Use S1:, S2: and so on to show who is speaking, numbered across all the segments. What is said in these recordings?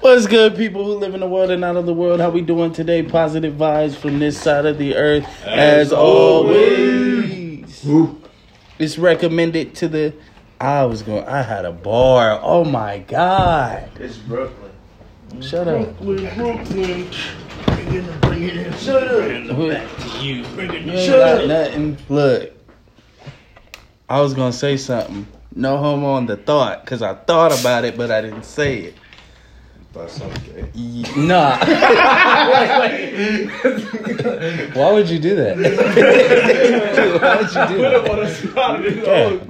S1: What's good, people who live in the world and out of the world? How we doing today? Positive vibes from this side of the earth, as, always. It's recommended to the. I was going. I had a bar. Oh my god!
S2: It's Brooklyn.
S1: Shut up.
S3: Brooklyn, Brooklyn. Bring it, bring it in.
S2: Shut up.
S1: Who-
S3: to you. Bring it
S1: You
S3: in.
S1: ain't
S2: Shut
S1: got
S2: up.
S1: nothing. Look, I was gonna say something. No homo on the thought, cause I thought about it, but I didn't say it.
S2: That's okay.
S1: Y- Nah. Why would you do that? Why would you do that?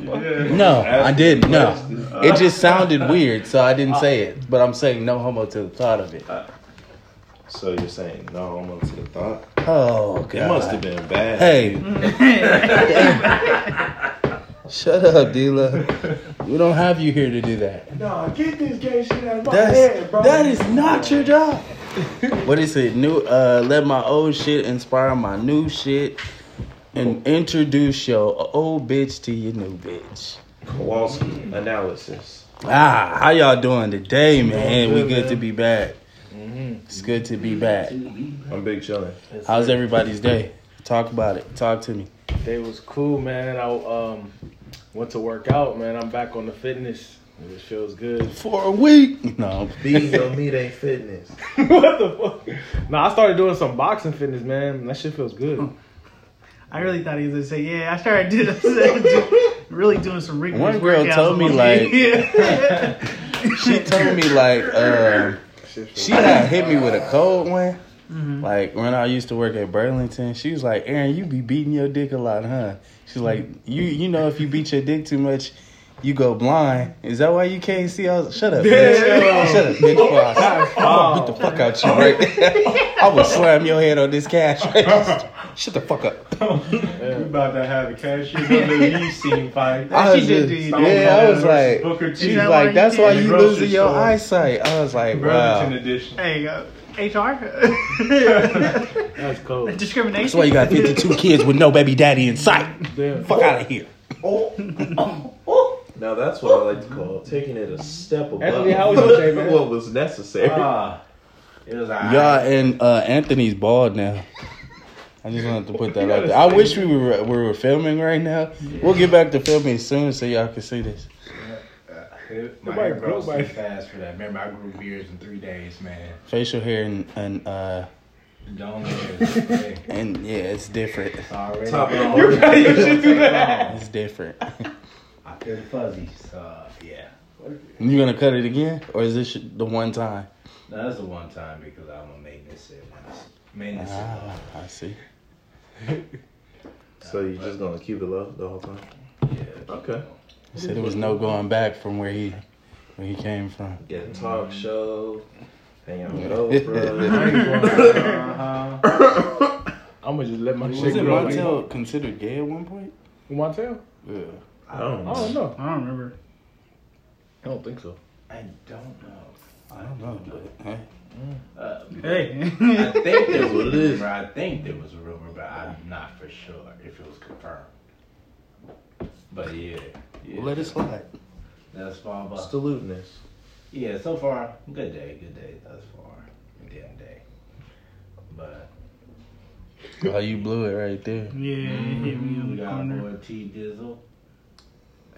S1: No, I didn't. No, it just sounded weird, so I didn't say it. But I'm saying no homo to the thought of it.
S2: So you're saying no homo to the thought?
S1: Oh god.
S2: It must have been bad.
S1: Hey. Shut up, dealer. We don't have you here to do that.
S4: Nah, get this gay shit out of my
S1: That's,
S4: head, bro.
S1: That is not your job. what is it? New uh let my old shit inspire my new shit and introduce your old bitch to your new bitch.
S2: Kowalski analysis.
S1: Ah, how y'all doing today, man? We good to be back.
S4: Mm-hmm.
S1: It's good to be back.
S2: I'm big chillin'.
S1: How's everybody's day? Talk about it. Talk to me.
S5: They was cool, man. I um went to work out, man. I'm back on the fitness. It just feels good.
S1: For a week. No.
S2: These don't meet ain't fitness.
S5: what the fuck? Nah, I started doing some boxing fitness, man. That shit feels good.
S3: I really thought he was gonna say, "Yeah, I started doing, really doing some rigorous
S1: One girl
S3: workouts
S1: told me,
S3: on my-
S1: like-
S3: Yeah.
S1: She told me like uh, she had hit me with a cold one.
S3: Mm-hmm.
S1: Like when I used to work at Burlington, she was like, "Aaron, you be beating your dick a lot, huh?" She's like, "You you know if you beat your dick too much, you go blind. Is that why you can't see?" I was shut up, bitch. shut up, bitch. Before I, am gonna beat the fuck out you right now. I will slam your head on this cash register. Shut the fuck up.
S4: You about to have a cashier WWE scene fight.
S1: I
S3: she
S1: was
S3: did
S1: just-
S3: do you
S1: yeah, I was like,
S4: Booker T.
S1: she's
S3: that why
S1: like,
S3: you
S1: that's
S3: can't
S1: why
S3: in the
S1: you
S4: grocery
S1: losing your
S4: store?"
S1: eyesight. I was like, wow.
S4: Burlington edition.
S3: there you go. HR
S5: That's cold.
S3: discrimination.
S1: That's why you got 52 kids with no baby daddy in sight.
S5: Damn.
S1: Fuck out of here.
S2: Now that's what I like to call taking it a step above
S5: Anthony, how was your day, man? Uh,
S2: what was necessary.
S4: Ah, it was like,
S1: Y'all and uh, Anthony's bald now. I just wanted to put that out there. I wish we were we were filming right now. We'll get back to filming soon so y'all can see this.
S4: my
S5: Nobody
S4: hair grows
S5: grew,
S4: too
S5: right?
S4: fast for that. Remember, I grew beards in three days, man.
S1: Facial hair and and uh
S4: Don't get it. Hey,
S1: and yeah, it's different.
S4: It's already
S2: Top
S4: been-
S2: it off.
S5: you should do that.
S4: I
S1: It's different.
S4: feel fuzzy, so yeah.
S1: You gonna cut it again, or is this the one time?
S4: No, that's the one time because I'm a maintenance sit once. Maintenance sit
S1: Ah, I see.
S2: So you're just gonna keep it low the whole time?
S4: Yeah.
S2: Okay.
S1: He said there was no going back from where he where he came from.
S2: Get a talk show. Hang out with Oprah.
S4: Uh-huh.
S5: I'm gonna just let my shit
S1: Wasn't
S5: grow. Montel?
S1: Montel considered gay at one point?
S5: Montel?
S1: Yeah.
S2: I don't
S5: I
S2: know.
S5: don't know.
S3: I don't remember.
S5: I don't think so.
S4: I don't know.
S1: I don't know, but hey.
S4: Uh,
S3: Hey,
S4: I think there was a rumor. I think there was a rumor, but I'm not for sure if it was confirmed. But yeah, yeah.
S1: let it slide.
S4: That's far.
S2: It's
S4: But
S2: the lewdness.
S4: yeah, so far, good day, good day. Thus far, damn day. But
S1: Oh, you blew it right there.
S3: yeah, it hit me
S4: we
S3: on the
S4: got
S3: corner.
S4: boy T Dizzle.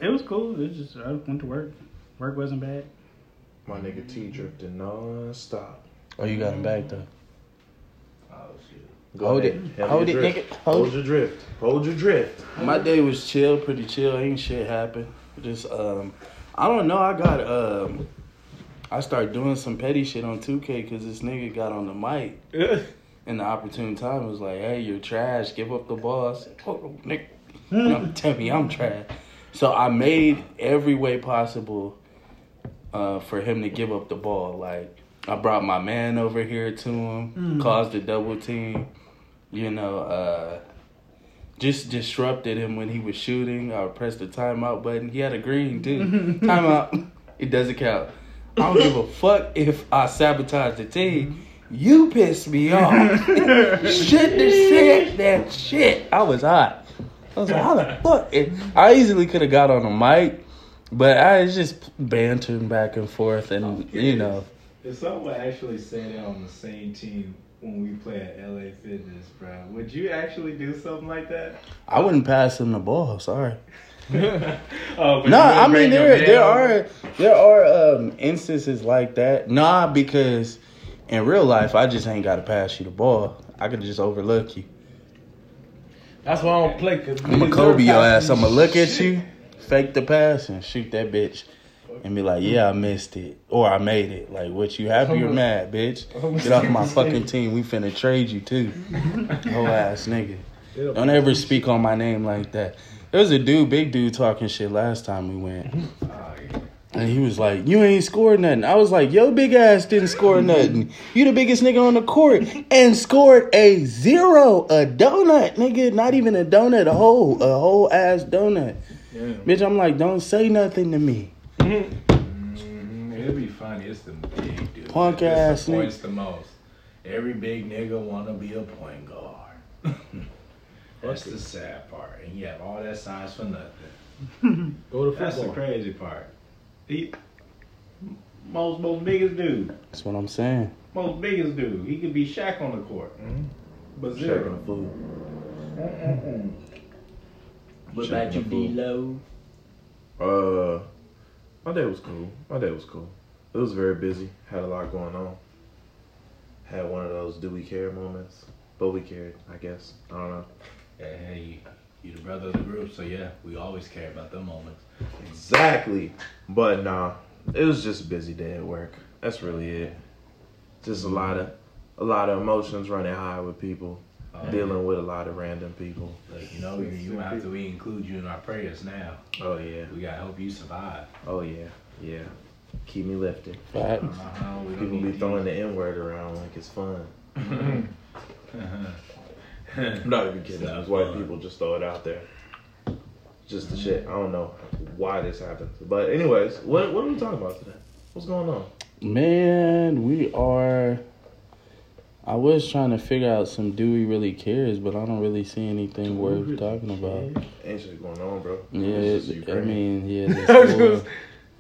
S3: It was cool. It was just I went to work. Work wasn't bad.
S2: My nigga T drifting non-stop.
S1: Oh, you got him back though.
S4: Oh shoot.
S2: Go
S1: Hold
S2: ahead.
S1: it.
S2: Have
S1: Hold
S2: your
S1: it,
S2: drift.
S1: nigga. Hold
S2: Hold,
S1: it.
S2: your drift. Hold your drift.
S1: My day was chill, pretty chill. Ain't shit happen. Just um, I don't know. I got um, I started doing some petty shit on 2K because this nigga got on the mic in the opportune time. Was like, hey, you're trash. Give up the ball. I said, oh, nigga, don't tell me I'm trash. So I made every way possible uh, for him to give up the ball. Like I brought my man over here to him, caused a double team. You know, uh, just disrupted him when he was shooting. I pressed the timeout button. He had a green too. timeout. It doesn't count. I don't give a fuck if I sabotage the team. You pissed me off. Shouldn't have said that shit. I was hot. I was like, how the fuck? And I easily could have got on the mic, but I was just bantering back and forth, and you know,
S4: If someone actually said it on the same team when we play at LA Fitness, bro, would you actually do something like that?
S1: I wouldn't pass him the ball. Sorry.
S4: Oh, but
S1: No,
S4: you wouldn't
S1: I mean
S4: break your
S1: there there
S4: nail?
S1: are there are um, instances like that. Nah, because in real life I just ain't gotta pass you the ball. I could just overlook you.
S5: That's why I don't play. Cause
S1: I'ma
S5: niggas
S1: Kobe your
S5: are
S1: ass. I'ma look at
S5: shit.
S1: you, fake the pass, and shoot that bitch, and be like, "Yeah, I missed it, or I made it." Like, what you happy or mad, bitch? Get off my fucking team. We finna trade you too, whole ass nigga. Don't ever speak on my name like that. There was a dude, big dude, talking shit last time we went. And he was like, You ain't scored nothing. I was like, Yo, big ass didn't score nothing. You the biggest nigga on the court and scored a zero, a donut, nigga. Not even a donut, a whole, a whole ass donut. Bitch, I'm like, Don't say nothing to me.
S4: Mm, It'd be funny. It's the big dude.
S1: Punk
S4: that
S1: ass
S4: disappoints the most. Every big nigga wanna be a point guard. That's the sad part, and you have all that size for nothing.
S5: Go to
S4: That's the
S5: football.
S4: crazy part. He most most biggest dude,
S1: That's what I'm saying.
S4: most biggest dude. He could be Shaq on the court, but
S2: Shaking
S4: zero.
S2: the food.
S4: What about you, D Lo?
S2: Uh, my day was cool. My day was cool. It was very busy. Had a lot going on. Had one of those do we care moments, but we cared, I guess. I don't know.
S4: Yeah, hey, you, you the brother of the group, so yeah, we always care about them moments.
S2: Exactly. But nah, it was just a busy day at work. That's really it. Just a lot of a lot of emotions running high with people,
S4: Oh,
S2: dealing with a lot of random people.
S4: Look, you know, you, you have to we include you in our prayers now.
S2: Oh yeah.
S4: We gotta help you survive.
S2: Oh yeah. Yeah. Keep me lifted.
S1: But
S4: Uh-huh, we don't
S2: People be
S4: need
S2: throwing the N word around like it's fun.
S4: you.
S2: I'm not even kidding.
S4: It's not
S2: These white
S4: fun.
S2: people just throw it out there. Just the shit. I don't know why this happens. But anyways, what what are we talking about today? What's going on?
S1: Man, we are. I was trying to figure out some do we really cares, but I don't really see anything worth talking about.
S2: Ain't shit going on, bro.
S1: Yeah,
S2: It's just
S1: it- I
S2: Ukraine.
S1: mean, yeah, this war.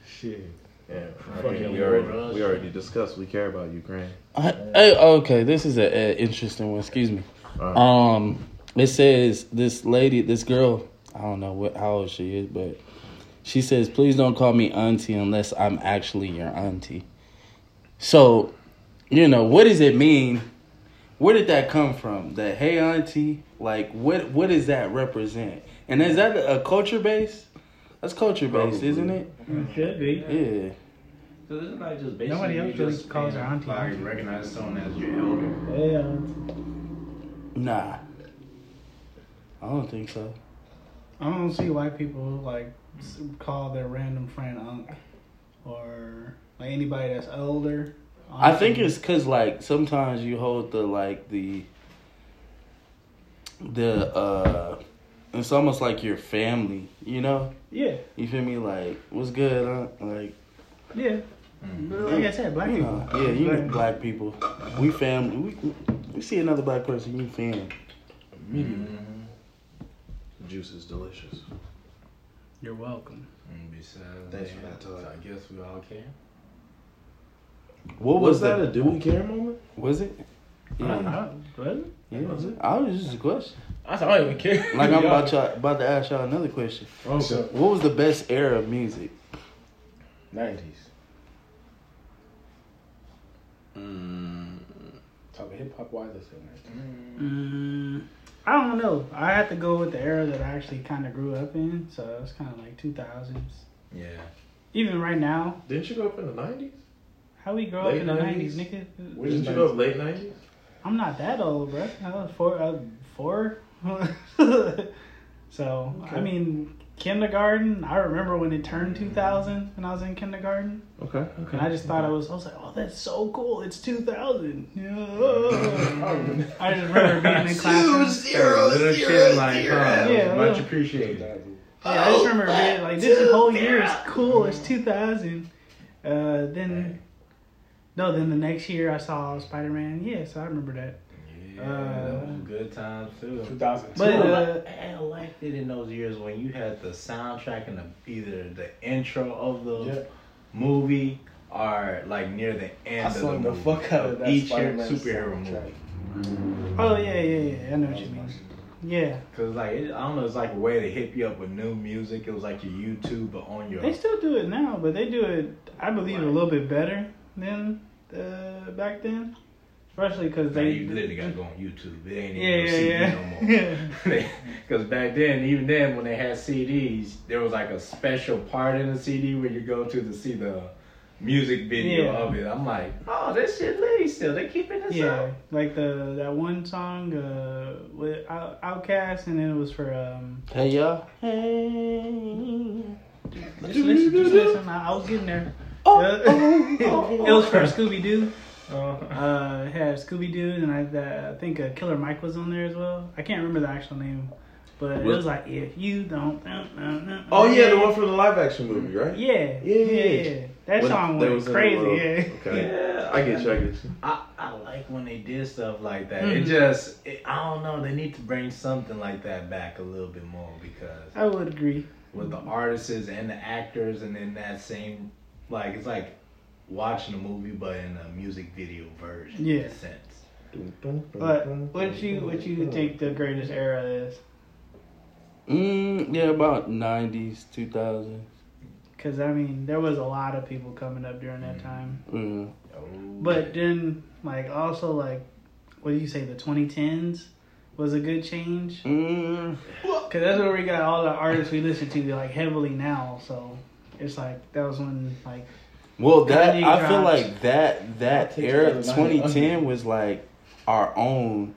S5: Shit.
S2: Yeah, I
S5: Fucking
S2: mean, we
S5: war,
S2: already
S5: Russia.
S2: we already discussed. We care about Ukraine.
S1: I, hey, okay, this is an interesting one. Excuse me.
S2: Alright.
S1: Um, it says this lady, this girl. I don't know what how old she is, but she says, "Please don't call me auntie unless I'm actually your auntie." So, you know, what does it mean? Where did that come from? That hey auntie, like what what does that represent? And is that a culture base? That's culture based,
S2: Probably.
S1: isn't it?
S3: Should be.
S1: Yeah.
S4: So this is like just basically
S3: Nobody else
S4: you
S3: really
S4: just,
S3: calls
S4: you know,
S3: her auntie.
S4: Like recognize someone as your elder.
S5: Yeah.
S1: Nah. I don't think so.
S3: I don't see why people like s- call their random friend Unc or like anybody that's older.
S1: I think it's cause like sometimes you hold the like the the uh it's almost like your family, you know?
S3: yeah,
S1: You feel me? Like, what's good, huh? Like
S3: yeah. But like I said, black
S1: Mm. you
S3: people.
S1: know, yeah, you know black people. We family we we see another black person, you fam.
S4: Mm-hmm.
S2: Juice is delicious.
S3: You're welcome.
S4: And besides,
S2: Thanks for that, Todd.
S4: so I guess we all care.
S1: What was,
S2: Was that
S1: the-
S2: a do we care moment?
S1: was it?
S3: I don't
S1: Yeah,
S3: know. What?
S1: yeah.
S2: Was it?
S1: I was just a question.
S5: I said, I don't even care.
S1: Like I'm about y'all, about to ask y'all another question.
S5: Okay.
S1: What was the best era of music?
S5: Nineties.
S1: Mm.
S5: Talking hip hop wise, I said nineties.
S3: Mm, I don't know. I have to go with the era that I actually kind of grew up in. So it's kind of like 2000s.
S4: Yeah.
S3: Even right now,
S2: Didn't you go up in the nineties?
S3: how we grow up
S2: Late
S3: in the 90s,
S2: 90s?
S3: nigga?
S2: Didn't you go up late nineties?
S3: I'm not that old, bro. I was four. I was four. so I
S2: Okay.
S3: mean, kindergarten. I remember when it turned 2000 when I was in kindergarten,
S2: Okay.
S3: and I just thought I was. I was like, oh, that's so cool. It's 2000. Yeah. I just remember being in class.
S4: little kid like, huh,
S3: Yeah,
S4: much
S3: yeah.
S4: appreciated.
S3: Yeah, I just remember being like, this whole year is cool. It's 2000. Uh, then. No, then the next year I saw Spider Man. Yeah, so I remember that.
S4: Yeah,
S3: Uh,
S4: those good times
S5: Two
S4: too.
S5: thousand two.
S3: But,
S4: I
S3: uh,
S4: li- I liked it in those years when you had the soundtrack and the, either the intro of the
S5: Yeah.
S4: movie are like near the end
S5: I
S4: of
S5: sung
S4: the,
S5: the
S4: movie,
S5: fuck out of that
S4: each
S5: Spider-Man
S4: superhero
S5: soundtrack.
S4: movie.
S3: Oh yeah, yeah, yeah. I know what you mean. Yeah,
S4: Cause like it, I don't know, it's like a way to hit you up with new music. It was like your YouTube, but on your
S3: they still do it now, but they do it. I believe a little bit better than uh, back then, especially because
S4: Now
S3: they.
S4: you literally gotta go on YouTube. It ain't
S3: Yeah,
S4: even no CD
S3: yeah,
S4: no more.
S3: yeah.
S4: Because back then, even then, when they had CDs, there was like a special part in the CD where you go to to see the music video
S3: Yeah.
S4: of it. I'm like, oh, this shit lit still. They keeping this
S3: Yeah,
S4: up.
S3: like the that one song uh, with Out- Outkast, and then it was for um.
S1: Hey y'all. Hey.
S3: Just listen, just listen. I, I was getting there. Oh, it was for Scooby Doo. Uh, it had Scooby Doo, and I, that, I think uh, Killer Mike was on there as well. I can't remember the actual name, but it
S2: What?
S3: was like if you don't. dun, dun, dun,
S2: Oh yeah, the
S3: dun."
S2: one from the live action movie, right?
S3: Yeah,
S2: Yeah,
S3: yeah,
S2: yeah,
S3: yeah. That
S2: When
S3: song
S2: they
S3: went
S2: was uh, in the
S3: crazy.
S2: world.
S3: Yeah.
S2: Okay.
S4: Yeah,
S2: I get you. I get you.
S4: I, I like when they did stuff like that.
S3: Mhm.
S4: It just, it, I don't know. They need to bring something like that back a little bit more because
S3: I would agree.
S4: with the artists and the actors, and then that same, like, it's like watching a movie but in a music video version. In
S3: Yeah.
S4: a sense.
S3: But what you what you think the greatest era is?
S1: Mm, yeah, about nineties, two thousand.
S3: Because I mean, there was a lot of people coming up during
S1: Mm.
S3: that time.
S1: Yeah.
S4: Oh,
S3: But then, like, also, like, what do you say, the 2010s was a good change?
S1: Mm,
S3: Because that's where we got all the artists we listen to, like, heavily now. So it's like, that was when, like,
S1: well, that
S3: Kanye
S1: I feel
S3: dropped.
S1: like that that
S5: take
S1: era,
S5: another
S1: twenty ten,
S5: under.
S1: was like our own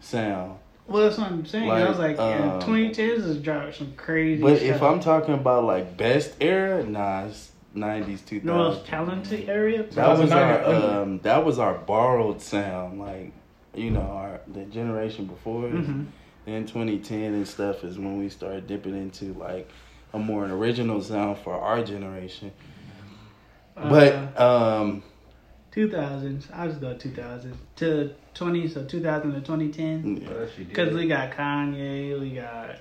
S1: sound.
S3: well, that's what I'm saying. I was like,
S1: Like,
S3: yeah,
S1: um,
S3: 2010s has dropped some crazy
S1: But
S3: stuff.
S1: if I'm talking about like best era, nah, it's nineties, two
S3: the most
S1: thousand.
S3: talented area,
S1: That was
S5: 2009
S1: our
S5: and under.
S1: um, that was our borrowed sound, like you know, our the generation before us.
S3: hmm
S1: Then 2010 and stuff is when we started dipping into like a more original sound for our generation.
S3: Uh,
S1: But um
S3: 2000s, I just go 2000s to 20, so 2000 to 2010.
S1: yeah.
S4: Yes, you did.
S3: Because we got Kanye, we got.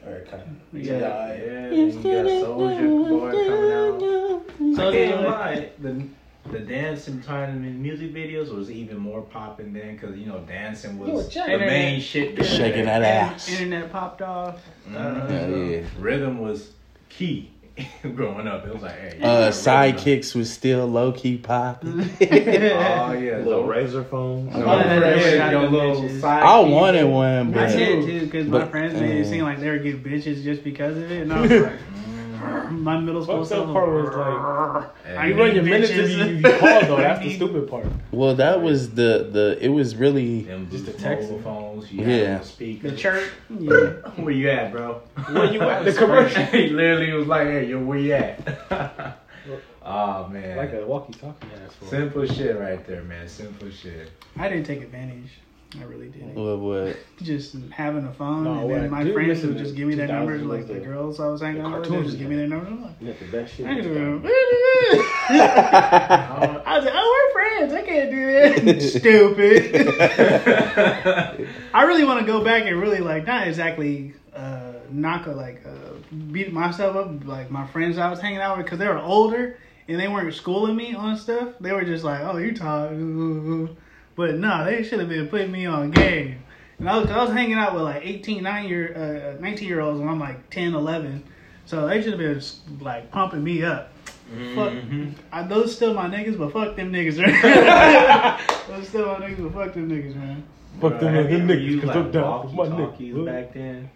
S3: We got
S4: Yeah, yeah. then You got Soldier Boy coming out. So
S3: Soulja
S4: I can't
S3: Boy.
S4: lie, the the dancing time in music videos was even more popping then, because you know dancing was
S3: Yeah,
S4: the main
S3: internet.
S4: shit. back
S1: shaking
S4: then.
S1: that ass.
S3: Internet popped off.
S4: Mhm.
S1: Yeah, yeah.
S4: Rhythm was key growing up. It was like, hey, you
S1: Uh
S4: got rhythm.
S1: sidekicks was still low key popping.
S4: Oh yeah,
S2: Little
S4: little
S2: razor phone.
S1: Oh,
S4: Don't
S1: yeah,
S4: forget
S3: yeah.
S4: your little
S3: Bitches.
S4: sidekick.
S1: I wanted one, but
S3: I did too, because my
S1: But,
S3: friends made it
S1: uh,
S3: seem like they were getting bitches just because of it, and I was like, my middle school
S5: Fucked up
S3: self
S5: part
S3: was
S5: was like,
S3: I
S5: You
S3: need
S5: run your minutes if
S3: bitches.
S5: you, you get called though. That's
S3: I
S5: the
S3: need-
S5: stupid part.
S1: well that was the the it was really
S4: Them
S5: Just
S4: Bluetooth
S5: a text.
S4: mobile phones. You
S1: Yeah.
S4: yeah, speaker.
S3: the church. Yeah.
S4: Where you at, bro?
S5: Where you at? The commercial.
S4: he literally was like, "Hey, yo, where you at?" oh man,
S5: Like a walkie-talkie ass. fool.
S4: simple shit right there, man. Simple shit.
S3: I didn't take advantage. I really didn't.
S1: what what
S3: Just having a phone,
S5: No,
S3: and
S5: what I
S3: then my
S5: do
S3: friends
S5: miss
S3: would
S5: in
S3: just
S5: the
S3: give me their
S5: 2000s
S3: numbers, like
S5: was
S3: the
S5: the-
S3: girls I was hanging
S5: the
S3: out with, they
S5: cartoons
S3: just give me their numbers. I'm like,
S5: You got the best shit.
S3: I can do
S5: Like,
S3: that.
S4: Uh,
S3: I was like, oh, we're friends. I can't do that. Stupid. I really want to go back and really like not exactly uh, knock or like uh, beat myself up like my friends I was hanging out with because they were older and they weren't schooling me on stuff. They were just like, "Oh, you talk," but no, they should have been putting me on game. And I was, 'cause I was hanging out with like 18, 9 year, uh, 19 year olds when I'm like 10, 11. So they should have been like pumping me up.
S4: mhm.
S3: Fuck, I, those still my niggas, but fuck them niggas, right? those still my niggas, but fuck them niggas, man.
S5: Fuck them
S4: Bro,
S5: niggas,
S4: have
S5: them
S4: you
S5: niggas, 'cause
S4: used,
S5: they're
S4: like,
S5: down for my
S4: walkie-talkies
S5: niggas.
S4: back then,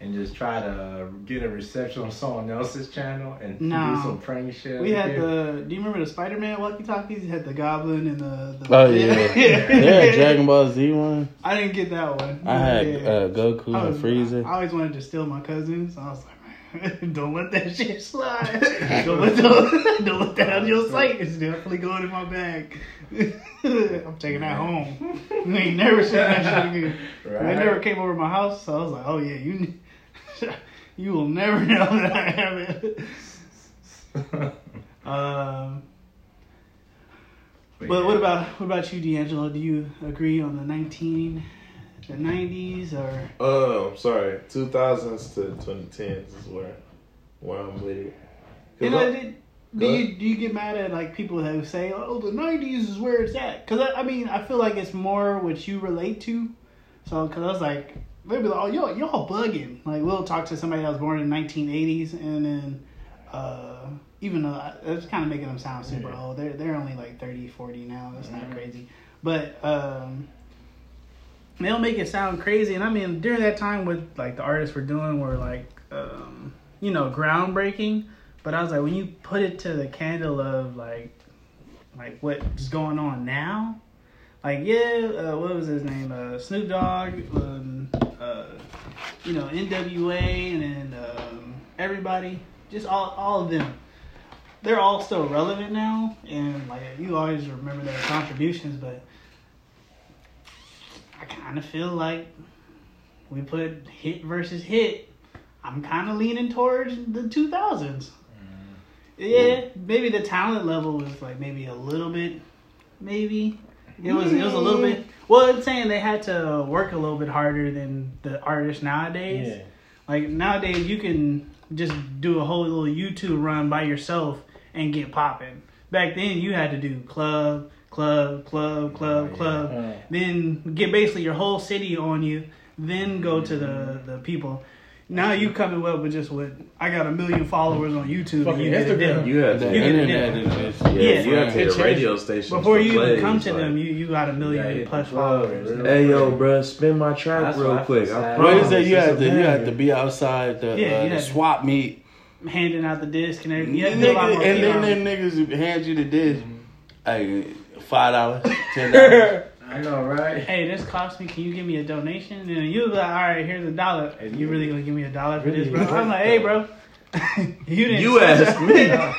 S4: and just try to get a reception on someone else's channel and
S3: No.
S4: do some prank shit.
S3: We had
S4: Yeah.
S3: the. Do you remember the Spider Man walkie talkies? You had the Goblin and the. the
S1: Oh yeah. They had Dragon Ball Z one.
S3: I didn't get that one.
S1: I had
S3: Yeah.
S1: uh, Goku
S3: I,
S1: and
S3: was,
S1: Frieza.
S3: I always wanted to steal my cousins. I was like, man, don't let that shit slide. don't let the, don't let that out of your sight. It's definitely going in my bag. I'm taking that home. You ain't never seen that shit again. They
S4: Right.
S3: never came over to my house, so I was like, oh yeah, you. You will never know that I have it. Um, But what about what about you, D'Angelo? Do you agree on the nineteen, the nineties, or
S2: Oh, I'm sorry. 2000s to 2010s is where where I'm with it. 'Cause
S3: you know?
S2: I-
S3: It, Do you, do you get mad at like people who say, "Oh, the '90s is where it's at"? Because I, I mean, I feel like it's more what you relate to. So, because I was like, they'd be like, "Oh, y'all, y'all bugging." Like, we'll talk to somebody that was born in 1980s, and then uh, even though I- it's kind of making them sound super old, they're they're only like 30, 40 now. That's not crazy, but um, they'll make it sound crazy. And I mean, during that time, what like the artists were doing were like, um, you know, groundbreaking. But I was like, when you put it to the candle of like, like what's going on now, like yeah, uh, what was his name, uh, Snoop Dogg, um, uh, you know, N.W.A. and then um, everybody, just all all of them. They're all still relevant now, and like you always remember their contributions. But I kind of feel like we put hit versus hit. I'm kind of leaning towards the 2000s. Yeah, maybe the talent level was like maybe a little bit, maybe it was it was a little bit. Well, I'm saying they had to work a little bit harder than the artists nowadays.
S5: Yeah.
S3: Like nowadays, you can just do a whole little YouTube run by yourself and get popping. Back then, you had to do club, club, club, club, club.
S5: Uh,
S3: Then get basically your whole city on you. Then go to the the people. Now you coming up with just what I got a million followers on YouTube.
S5: Fucking
S3: you get a
S5: Instagram.
S3: deal.
S2: You had
S1: The
S2: to,
S3: You
S2: yeah,
S3: get it
S1: internet
S3: now.
S1: is just
S3: Yeah.
S2: you had to
S5: It
S2: hit
S5: changed.
S2: radio stations
S3: Before
S2: for
S3: you
S2: plays,
S3: even come to
S2: like,
S3: them, you, you got a million
S4: hit the
S3: plus
S4: club,
S3: followers.
S4: really.
S2: Hey yo, bruh, spin my track
S4: That's
S2: real
S4: what I
S2: quick.
S4: feel
S2: I
S4: sad.
S1: What
S2: promise.
S1: is it? You
S2: It's
S1: had
S2: a
S1: to you had to
S2: banger.
S1: be outside the,
S3: Yeah,
S1: uh,
S3: you
S1: the
S3: had to-
S1: swap meet,
S3: Handing out the disc and everything. You had to do a lot
S1: nigga,
S3: more
S1: and
S3: PR.
S1: then them niggas hand you the disc. Hey, five dollars, ten dollars.
S4: I know, right?
S3: hey, this cost me. Can you give me a donation? And then you was like, all right, here's a dollar. And you really gonna give me a dollar for this, bro? I'm like, hey, bro. you didn't.
S2: You asked me.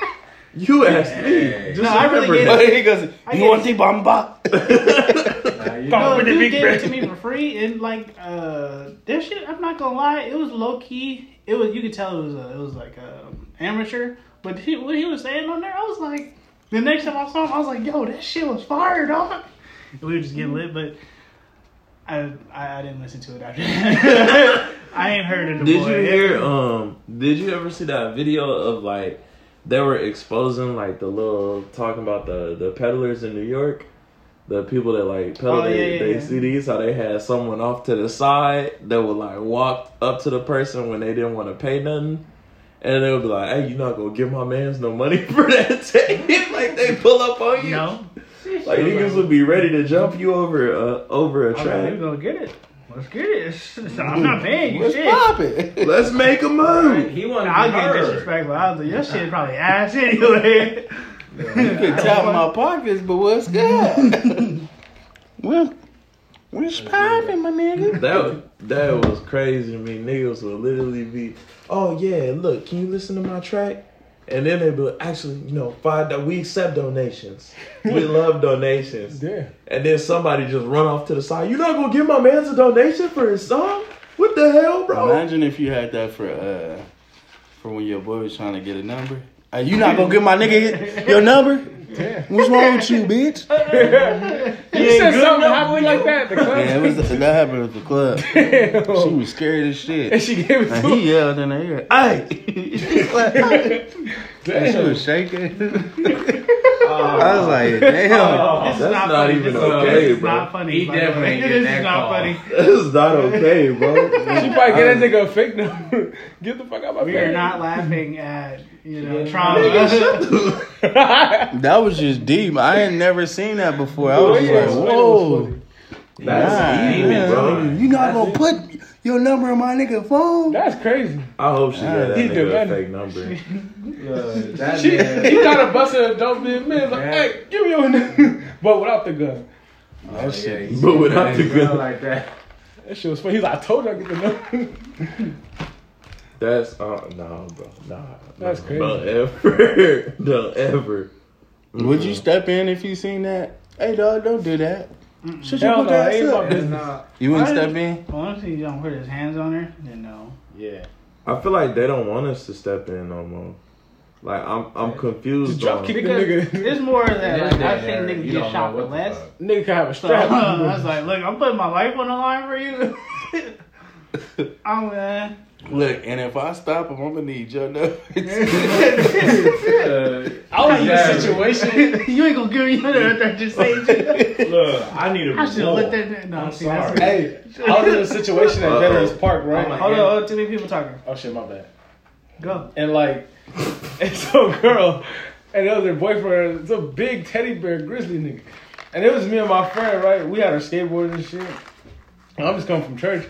S2: You asked me.
S4: Hey.
S2: Just
S3: No, I really
S2: remember
S3: get
S2: that.
S3: it.
S1: he goes,
S3: I
S1: you
S3: get
S1: want
S3: it.
S1: the bomba?
S4: Now, you
S3: No,
S4: know,
S5: Oh, with the
S3: dude
S5: big
S3: gave
S5: bread.
S3: it to me for free, and like uh, this shit, I'm not gonna lie, it was low key. It was you could tell it was a, it was like a amateur, but he, what he was saying on there, I was like, the next time I saw him, I was like, yo, that shit was fire, dog. We were just getting lit, but I I, I didn't listen to it after that. I ain't heard of the
S2: Did
S3: boy.
S2: you hear? Um, did you ever see that video of like they were exposing like the little talking about the the peddlers in New York, the people that like peddle
S3: Oh, yeah,
S2: they
S3: yeah,
S2: they
S3: yeah.
S2: CDs, how they had someone off to the side that would like walk up to the person when they didn't want to pay nothing. And they would be like, "Hey, you not gonna give my man's no money for that tape? like they pull up on you,
S3: No,
S2: like niggas would be ready to jump you over a over a
S3: I'm
S2: track.
S3: gonna get it. Let's get it. I'm not paying you
S1: What's
S3: shit.
S1: poppin'?
S2: Let's make a
S4: right?
S2: move."
S4: He wanted to
S3: I'll
S4: be
S3: get
S4: heard.
S3: disrespectful. I was like, your shit probably ass anyway.
S1: You could tap my pockets, but what's good? well, what's poppin', my nigga?
S2: That that was crazy to me. Niggas would literally be, oh yeah, look, can you listen to my track? And then they'd be like, actually, you know, five do- we accept donations. We love donations.
S5: yeah.
S2: And then somebody just run off to the side. You're not gonna give my man's a donation for his song? What the hell, bro?
S1: Imagine if you had that for uh for when your boy was trying to get a number. Hey, you not gonna give my nigga your number?
S5: Yeah.
S1: What's wrong with you, bitch?
S5: You said something halfway like that. The club.
S1: Yeah, it was that happened at the club. She was scared as shit.
S5: and she gave it to
S1: And
S5: him.
S1: he yelled in her ear. Hey, She's like, "Hey." And she was shaking. I was like, damn.
S3: This
S2: That's
S3: is not,
S2: not
S3: funny.
S2: even
S3: This is-
S2: okay,
S3: this is
S2: bro.
S3: Not funny.
S4: He
S3: by the
S4: definitely
S3: way.
S4: ain't getting
S3: This
S4: that
S3: is not
S4: call.
S3: funny.
S2: That's not okay, bro.
S5: She probably get that nigga a fake number. Get the fuck out my
S3: We are
S5: face.
S3: not laughing at you know
S4: Yeah.
S3: trauma.
S1: That was just deep. I ain't never seen that before. I was
S5: Yeah,
S1: just
S5: it
S1: like,
S5: was
S1: whoa.
S5: funny.
S2: That's
S1: Nah,
S2: evil,
S1: yeah.
S2: bro.
S1: You not gonna put your number on my nigga phone?
S5: That's crazy.
S2: I hope she got that
S5: He
S2: nigga a
S5: demanded-
S2: fake number.
S4: Look, that
S5: She,
S4: man-
S5: he tried to bust an adult man. Like,
S4: Yeah.
S5: hey, give me your number. But without the gun.
S4: Oh, yeah, he
S2: But without
S4: said
S2: the
S4: it
S2: gun.
S4: like that.
S5: That shit was funny. He's like, I told you I get the number.
S2: That's uh no, bro, nah.
S5: That's
S2: nah,
S5: crazy.
S2: Don't ever, don't ever.
S1: Would you step in if you seen that? Hey, dog, don't do that. Should you
S5: Hell
S1: put
S5: no,
S1: that
S5: ain't
S1: up?
S5: my business.
S1: You wouldn't
S3: Why
S1: step
S3: did-
S1: in?
S3: Well, if you don't put his hands on her, then no.
S5: Yeah.
S2: I feel like they don't want us to step in no more. Like I'm, I'm confused.
S5: Just drop
S2: on-
S5: kick the
S3: Because
S5: nigga.
S3: it's more that
S4: Yeah,
S3: like, I
S4: that
S3: think
S4: era, you
S3: niggas
S4: don't
S3: get
S4: know
S3: shot
S4: what
S3: for
S4: the
S3: less.
S4: fuck.
S5: Nigga can have a
S3: So
S5: strap.
S3: I was like, look, I'm putting my life on the line for you. Oh man.
S1: Look, and if I stop him, I'm gonna need your numbers.
S5: I was in
S4: Yeah.
S5: a situation.
S3: you ain't gonna give me none of that. Just say it.
S4: Look, I need a
S3: I should have
S4: reward.
S3: looked at that. No,
S4: I'm
S3: see, that's-
S4: sorry.
S5: Hey, I was in a situation at
S2: Uh-oh.
S5: Veterans Park, right?
S4: I'm like-
S3: Hold on, hold on, too many people talking.
S5: oh shit, my bad.
S3: Go.
S5: And like, and some girl, and it was her boyfriend. It's a big teddy bear grizzly nigga. And it was me and my friend, right? We had our skateboards and shit. And I'm just coming from church,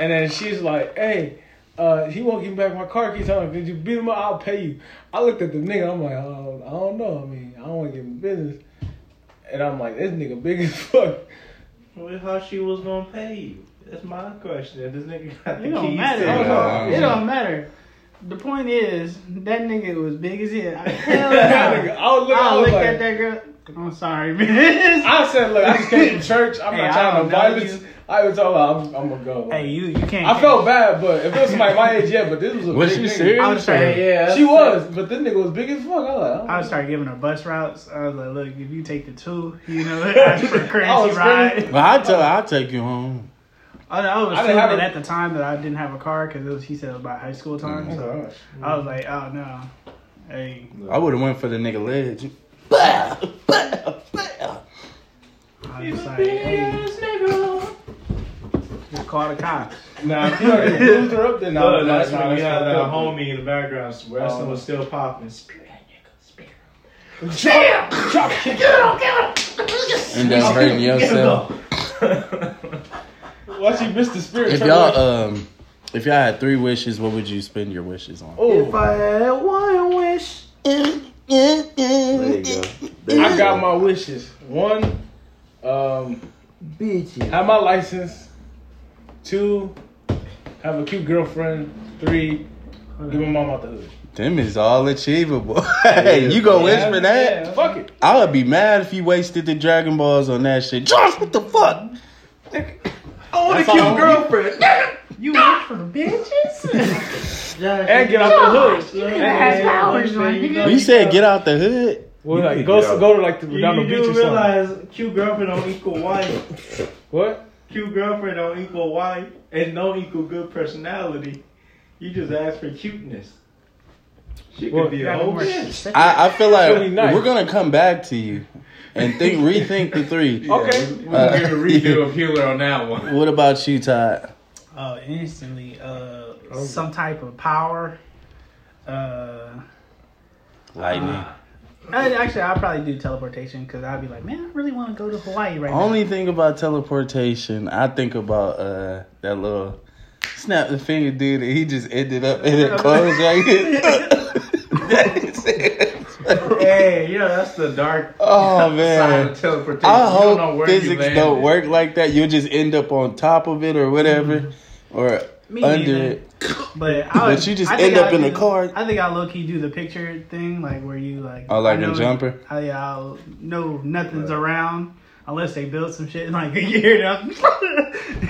S5: and then she's like, "Hey." Uh, he won't give me back my car keys. I'm like, did you beat him up? I'll pay you. I looked at the nigga. I'm like, oh, I don't know. I mean, I don't want to give him business. And I'm like, this nigga big as fuck.
S4: Well, how she was gonna pay you? That's my question. If this nigga got the
S3: It don't
S4: keys
S3: matter.
S4: to
S3: Hold
S5: "Oh,
S3: on.
S1: Yeah.
S3: "Oh, It don't matter. The point is, that nigga was big as hell. Hell
S5: That
S3: no.
S5: nigga, I was looking, I
S3: I
S5: was
S3: looked
S5: like-
S3: at that girl. I'm sorry, bitch.
S5: I said, look, I just came from church. I'm
S3: Hey,
S5: not
S3: I
S5: trying to
S3: don't know
S5: violence.
S3: you.
S5: I was talking about, I'm, I'm gonna go.
S3: Hey, you, you can't.
S5: I felt bad, but if it was somebody my age, yeah, but this was a
S1: Was
S5: big
S1: she
S5: nigga.
S1: serious?
S3: I'm sorry.
S4: Yeah,
S5: She was, but this nigga was big as fuck. I was like,
S3: I would start giving her bus routes. I was like, look, if you take the two, you know, ask for a
S5: I
S3: crazy
S5: was
S3: ride.
S5: screaming.
S1: Well, I tell, I'll take you home.
S3: I, I was
S5: I didn't
S3: assuming
S5: have
S3: that
S5: a-
S3: at the time that I didn't have a car because he said it was about high school time.
S5: oh,
S3: So
S5: gosh.
S3: I was like, oh no, hey,
S1: I would have went for the nigga ledge. Bow, bow, bow.
S3: I was like, hey, just call the cops.
S5: Nah, if you already boozed her up, then I
S4: Look,
S5: was like,
S4: that's
S5: nah,
S4: when we had
S5: fucked
S4: that
S5: up.
S4: homie in the background. Wrestling
S5: Oh.
S4: was still popping. Spear that nigga. Spear.
S5: Drop kick.
S1: End up hurting yourself.
S5: Watch you miss the spirit.
S1: If
S5: turn
S1: y'all,
S5: away.
S1: um, if y'all had three wishes, what would you spend your wishes on?
S5: oh,
S2: I had one wish. There you go. There
S5: I
S2: you go.
S5: got my wishes. One, um,
S2: bitches.
S5: have my license. Two, have a cute girlfriend. Three, get my mom out the hood.
S1: Them is all achievable. hey, you gonna wish for that?
S5: Yeah, fuck it.
S1: I would be mad if you wasted the Dragon Balls on that shit. Josh, what the fuck?
S5: I want a
S1: That's all I
S5: cute
S1: want.
S5: girlfriend.
S3: You work for bitches?
S5: and get out the hood.
S3: you has powers, man. You
S1: You said get out the hood.
S5: Well,
S2: You
S5: like,
S2: could
S5: go
S2: get out.
S5: go to like the
S4: You,
S5: down the
S4: you
S5: beach or
S4: do
S5: something.
S4: realize cute girlfriend don't equal wife.
S5: What?
S4: Cute girlfriend don't equal wife, and no equal good personality. You just ask for cuteness. She could
S5: Well,
S4: be
S3: got
S4: a
S3: no
S4: whole
S3: more
S4: bitch.
S3: shit.
S1: I, I feel like
S5: Really nice.
S1: we're gonna come back to you and think rethink the three.
S5: Okay.
S4: We're
S2: Uh,
S4: gonna get a redo of Healer on that one.
S1: What about you, Todd?
S3: Oh, instantly, uh, some type of power. Uh,
S1: Lightning.
S3: I, actually, I'll probably do teleportation because I'd be like, man, I really want to go to Hawaii right now.
S1: Only thing about teleportation, I think about uh that little snap the finger dude and he just ended up in a clothes right here. That's it.
S4: Hey, you know that's the dark
S1: oh
S4: side
S1: man.
S4: of teleportation.
S1: I
S4: you don't know
S1: hope
S4: where you
S1: physics
S4: landed.
S1: don't work like that. You'll just end up on top of it or whatever.
S4: Mm-hmm.
S1: Or
S3: Me
S1: under
S3: neither.
S1: it.
S3: But I would,
S1: But you just
S3: I think
S1: end up
S3: I'll
S1: in
S3: do
S1: a car.
S3: I think I low key do the picture thing, like where you like.
S1: Oh, like
S3: I
S1: a
S3: know-
S1: jumper?
S3: I, yeah, I'll know nothing's around unless they build some shit in like a year now.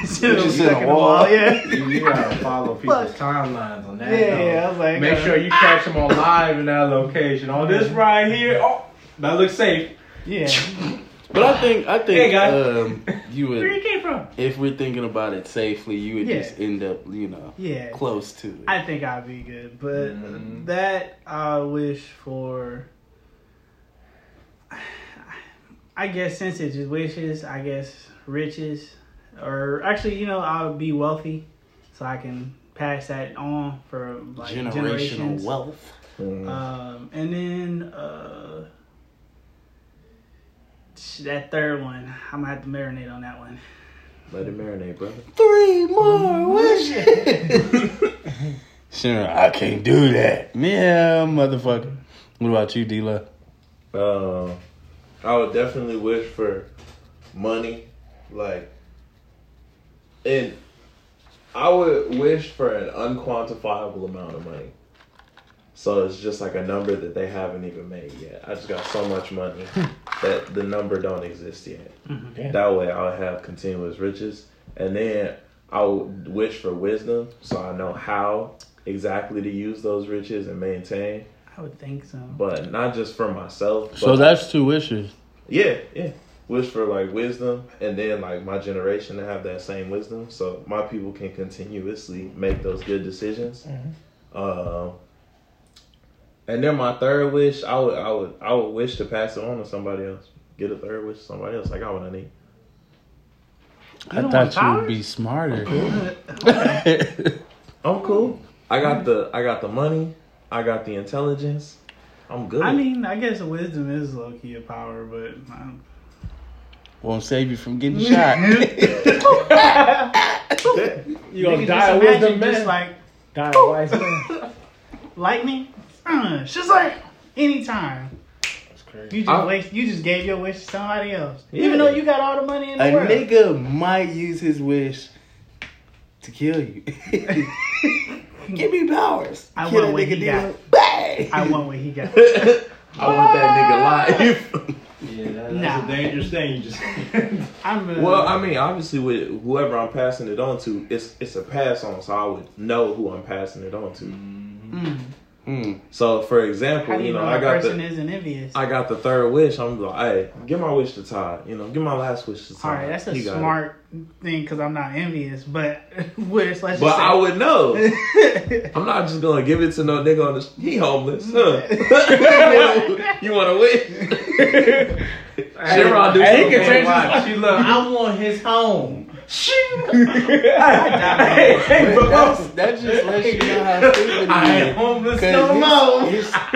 S3: just
S1: just hit a wall.
S3: yeah.
S4: You, you gotta follow people's
S3: Fuck.
S4: timelines on that.
S3: Yeah,
S4: though.
S3: yeah, I was like,
S4: make
S3: uh,
S4: sure you catch them on live in that location. On this right here, oh, that looks safe.
S3: Yeah.
S1: But I think I think
S4: Hey, guys.
S1: um you
S4: Where you
S1: would
S4: came from?
S1: if we're thinking about it safely, you would
S3: Yeah.
S1: just end up, you know,
S3: Yeah.
S1: close to it.
S3: I think I'd be good, but
S4: Mhm.
S3: that I wish for. I guess since it's just wishes, I guess riches, or actually, you know, I'll be wealthy, so I can pass that on for like
S1: Generational
S3: generations.
S1: wealth.
S2: Mm.
S3: Um, and then uh, sh- that third one, I'm gonna have to marinate on that one.
S2: Let it marinate, brother.
S1: Three more wishes. sure, I can't do that. Yeah, motherfucker. What about you, D-Lo?
S2: Um, I would definitely wish for money, like, and I would wish for an unquantifiable amount of money. So it's just like a number that they haven't even made yet. I just got so much money that the number don't exist yet.
S5: Damn.
S2: That way, I'll have continuous riches, and then I would wish for wisdom, so I know how exactly to use those riches and maintain.
S3: I would think so.
S2: But not just for myself. But
S1: So that's two wishes.
S2: yeah, yeah. wish for like wisdom and then like my generation to have that same wisdom so my people can continuously make those good decisions uh, and then my third wish i would i would i would wish to pass it on to somebody else get a third wish to somebody else like i would need
S1: I
S3: don't want
S1: thought you
S3: powers?
S1: would be smarter.
S2: i'm cool i got the i got the money i got the intelligence i'm good
S3: I mean, I guess wisdom is low key a power, but um, I don't-
S1: Won't save you from getting shot.
S5: You gonna
S3: Nigga,
S5: die
S3: just
S5: a wisdom
S3: imagine
S5: man?
S3: Just like
S5: die a wise man.
S3: lightning, uh, just like anytime.
S5: That's crazy.
S3: You just
S2: I-
S3: waste, you just gave your wish to somebody else,
S2: Yeah.
S3: even though you got all the money in the
S1: A
S3: world.
S1: nigga might use his wish to kill you. Give me powers.
S3: I
S1: kill
S3: want
S1: that
S3: what he
S1: nigga,
S3: got.
S1: nigga. Bang!
S3: I want what he got.
S2: i want that nigga live
S4: Yeah, that, that's
S3: Nah.
S4: a dangerous thing. You just
S3: I'm uh,
S2: Well, I mean, obviously, with whoever I'm passing it on to, it's it's a pass on, so I would know who I'm passing it on to.
S3: mm,
S1: Mm.
S2: So, for
S3: how
S2: example,
S3: do
S2: you,
S3: you,
S2: know,
S3: know,
S2: I
S3: a
S2: got
S3: person
S2: the
S3: isn't envious?
S2: I got the third wish. I'm like, hey, give my wish to Todd. You know, give my last wish to Todd.
S3: all right, that's a
S2: He got it.
S3: smart thing thing because I'm not envious, but with let's just
S2: But
S3: say,
S2: I would know. I'm not just gonna give it to no nigga on the. He homeless. Huh? you want to wish? Sherrod do
S5: Hey, he
S2: something.
S5: can change his
S4: Why? She love. I want his home.
S5: Hey, hey, bro.
S1: That's, that just lets you know how stupid
S4: I
S1: he
S4: am
S1: is.
S4: homeless no more.
S1: Cause his,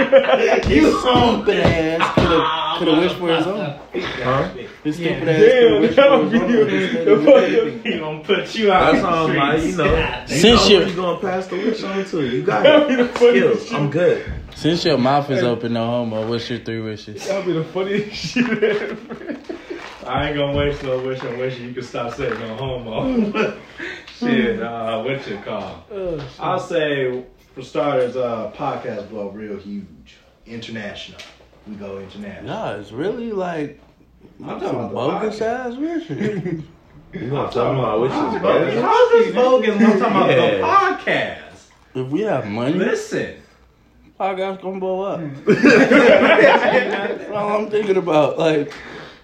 S1: his, his stupid ass
S4: Ah,
S1: could have wished for his own.
S2: Huh?
S1: His
S3: Yeah.
S1: stupid ass could have
S5: Damn,
S1: wished
S5: that
S1: for
S5: would be
S1: his own.
S5: the fucking-
S4: He gonna put you out.
S2: That's all I'm like, you know.
S4: God,
S2: You
S1: Since
S2: know
S1: you're-
S2: who you gonna pass the wish on to? You got
S5: That'd be the
S2: it.
S5: funniest
S2: Skills.
S5: shit.
S2: I'm good.
S1: Since your mouth is open, no homo, what's your three wishes?
S5: That'd be the funniest shit ever.
S4: I ain't gonna waste no wish on wishing you could stop saying no homo. Shit, uh, what you call?
S5: Mm. Oh, shit.
S4: I'll say for starters, uh, podcast blow up real huge, international. We go international.
S1: Nah, it's really like
S4: I'm talking
S1: some
S4: about the
S1: bogus
S4: podcast.
S1: ass wishes.
S2: You gonna tell him my wishes,
S4: Bogus.
S2: bro?
S4: How's this bogus? I'm talking about
S2: Yeah.
S4: the podcast.
S1: if we have money,
S4: Listen,
S1: podcast gonna blow up. That's all I'm thinking about. Like,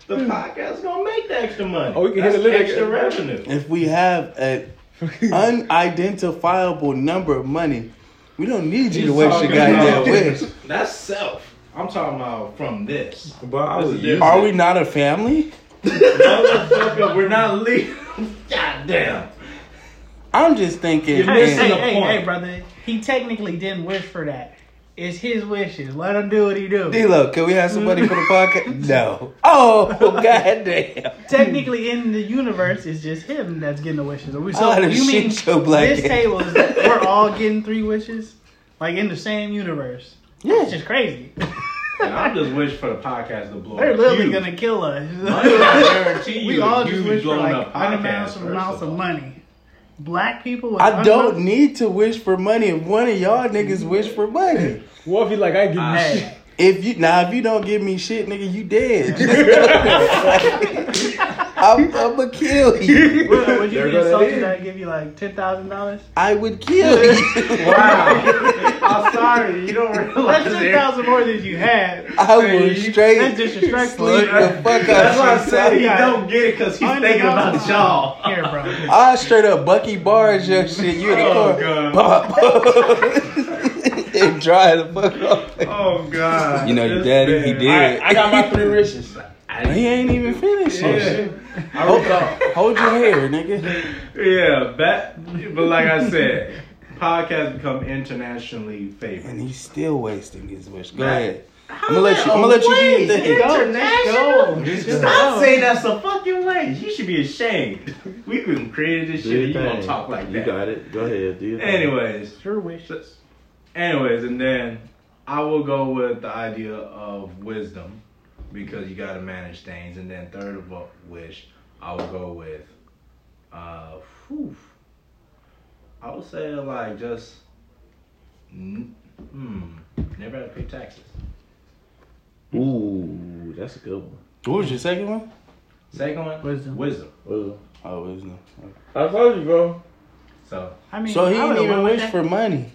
S4: the podcast gonna make the extra money.
S5: Oh, we can hit
S4: That's
S5: a little-
S4: extra revenue.
S1: if we have an unidentifiable number of money, we don't need you to
S4: He's
S1: waste your
S4: talking
S1: goddamn
S4: about-
S1: wish.
S4: That's self. I'm talking about from this.
S2: But I
S4: That's
S2: was
S4: a different-
S1: Are we not a family?
S4: Motherfucker, we're not leaving. God damn.
S1: I'm just thinking.
S4: You're
S3: hey,
S1: man,
S3: hey,
S4: missing a
S3: hey,
S4: point.
S3: hey, brother, he technically didn't wish for that. It's his wishes. Let him do what he do.
S1: D-Lo, can we have somebody for the podcast? No. Oh, goddamn.
S3: technically in the universe, it's just him that's getting the wishes. Are we so
S1: Oh, the
S3: you mean
S1: shit show black
S3: this
S1: ass.
S3: table is we're all getting three wishes, like in the same universe? It's
S1: Yeah.
S3: just crazy.
S4: And I'm just wishing for the podcast to blow
S3: They're
S4: up.
S3: literally
S4: huge.
S3: gonna kill us.
S4: I guarantee you,
S3: we all
S4: you
S3: just
S4: be
S3: wish for
S4: blowing
S3: like
S4: up podcasts,
S3: unannounced
S4: first of
S3: amounts of
S4: all.
S3: money. Black people. With
S1: I don't
S3: unannounced-
S1: need to wish for money if one of y'all niggas wish for money.
S5: What if he like I give you shit?
S3: Hey,
S1: If you now, if you don't give me shit, nigga, you dead. I'm, I'm gonna kill you.
S3: would, would you
S2: There
S3: be
S2: go that
S3: insulted
S2: is.
S3: that I give you like ten thousand dollars?
S1: I would kill you.
S4: Wow. I'm sorry. You don't realize
S3: That's ten
S4: it.
S3: thousand more than you had.
S1: I would
S4: Hey,
S1: straight
S3: that's disrespectful.
S1: sleep the fuck
S4: That's why
S1: out
S4: I
S1: you.
S4: said he
S1: son.
S3: Yeah.
S4: don't get it because he's
S3: I
S4: thinking
S3: know.
S4: about y'all.
S3: Here, bro.
S1: I straight up Bucky bars your shit. You in the
S4: Oh,
S1: car,
S4: God.
S1: pop, and dry the fuck off.
S4: Oh, God.
S1: You know your
S4: This
S1: daddy, he
S4: man.
S1: did.
S5: Alright, I got my three wishes.
S1: He ain't even finished.
S4: Yeah.
S1: yet.
S4: I
S1: Hold,
S4: recall.
S1: Oh, hold your hair, nigga.
S4: Yeah, but, but like I said, podcasts become internationally
S1: And
S4: favored.
S1: he's still wasting his wish. Go
S4: Nah.
S1: ahead. I'm gonna let you. I'm gonna let you do your thing.
S3: Go, let's go.
S1: Just
S3: Just
S4: Stop
S3: go.
S4: saying that's a fucking waste. You should be ashamed. We even created this
S2: Do
S4: shit.
S2: your
S4: and You gonna
S2: thing.
S4: talk like
S2: You
S4: that?
S2: got it. Go ahead. Do your thing.
S4: Anyways,
S3: Your wish.
S4: anyways, and then I will go with the idea of wisdom because you gotta manage things. And then third of all, wish, I will go with, uh, whew, I would say like just, n- hmm, never have to pay taxes.
S2: Ooh, that's a good one.
S1: What was your second one?
S4: Second one,
S3: Wisdom.
S4: Wisdom.
S2: Ooh.
S1: Oh, wisdom.
S2: I told you, bro.
S4: So
S3: I mean,
S1: So he
S3: I
S1: didn't
S3: would've
S1: even
S3: went with
S1: wish
S3: that.
S1: for money.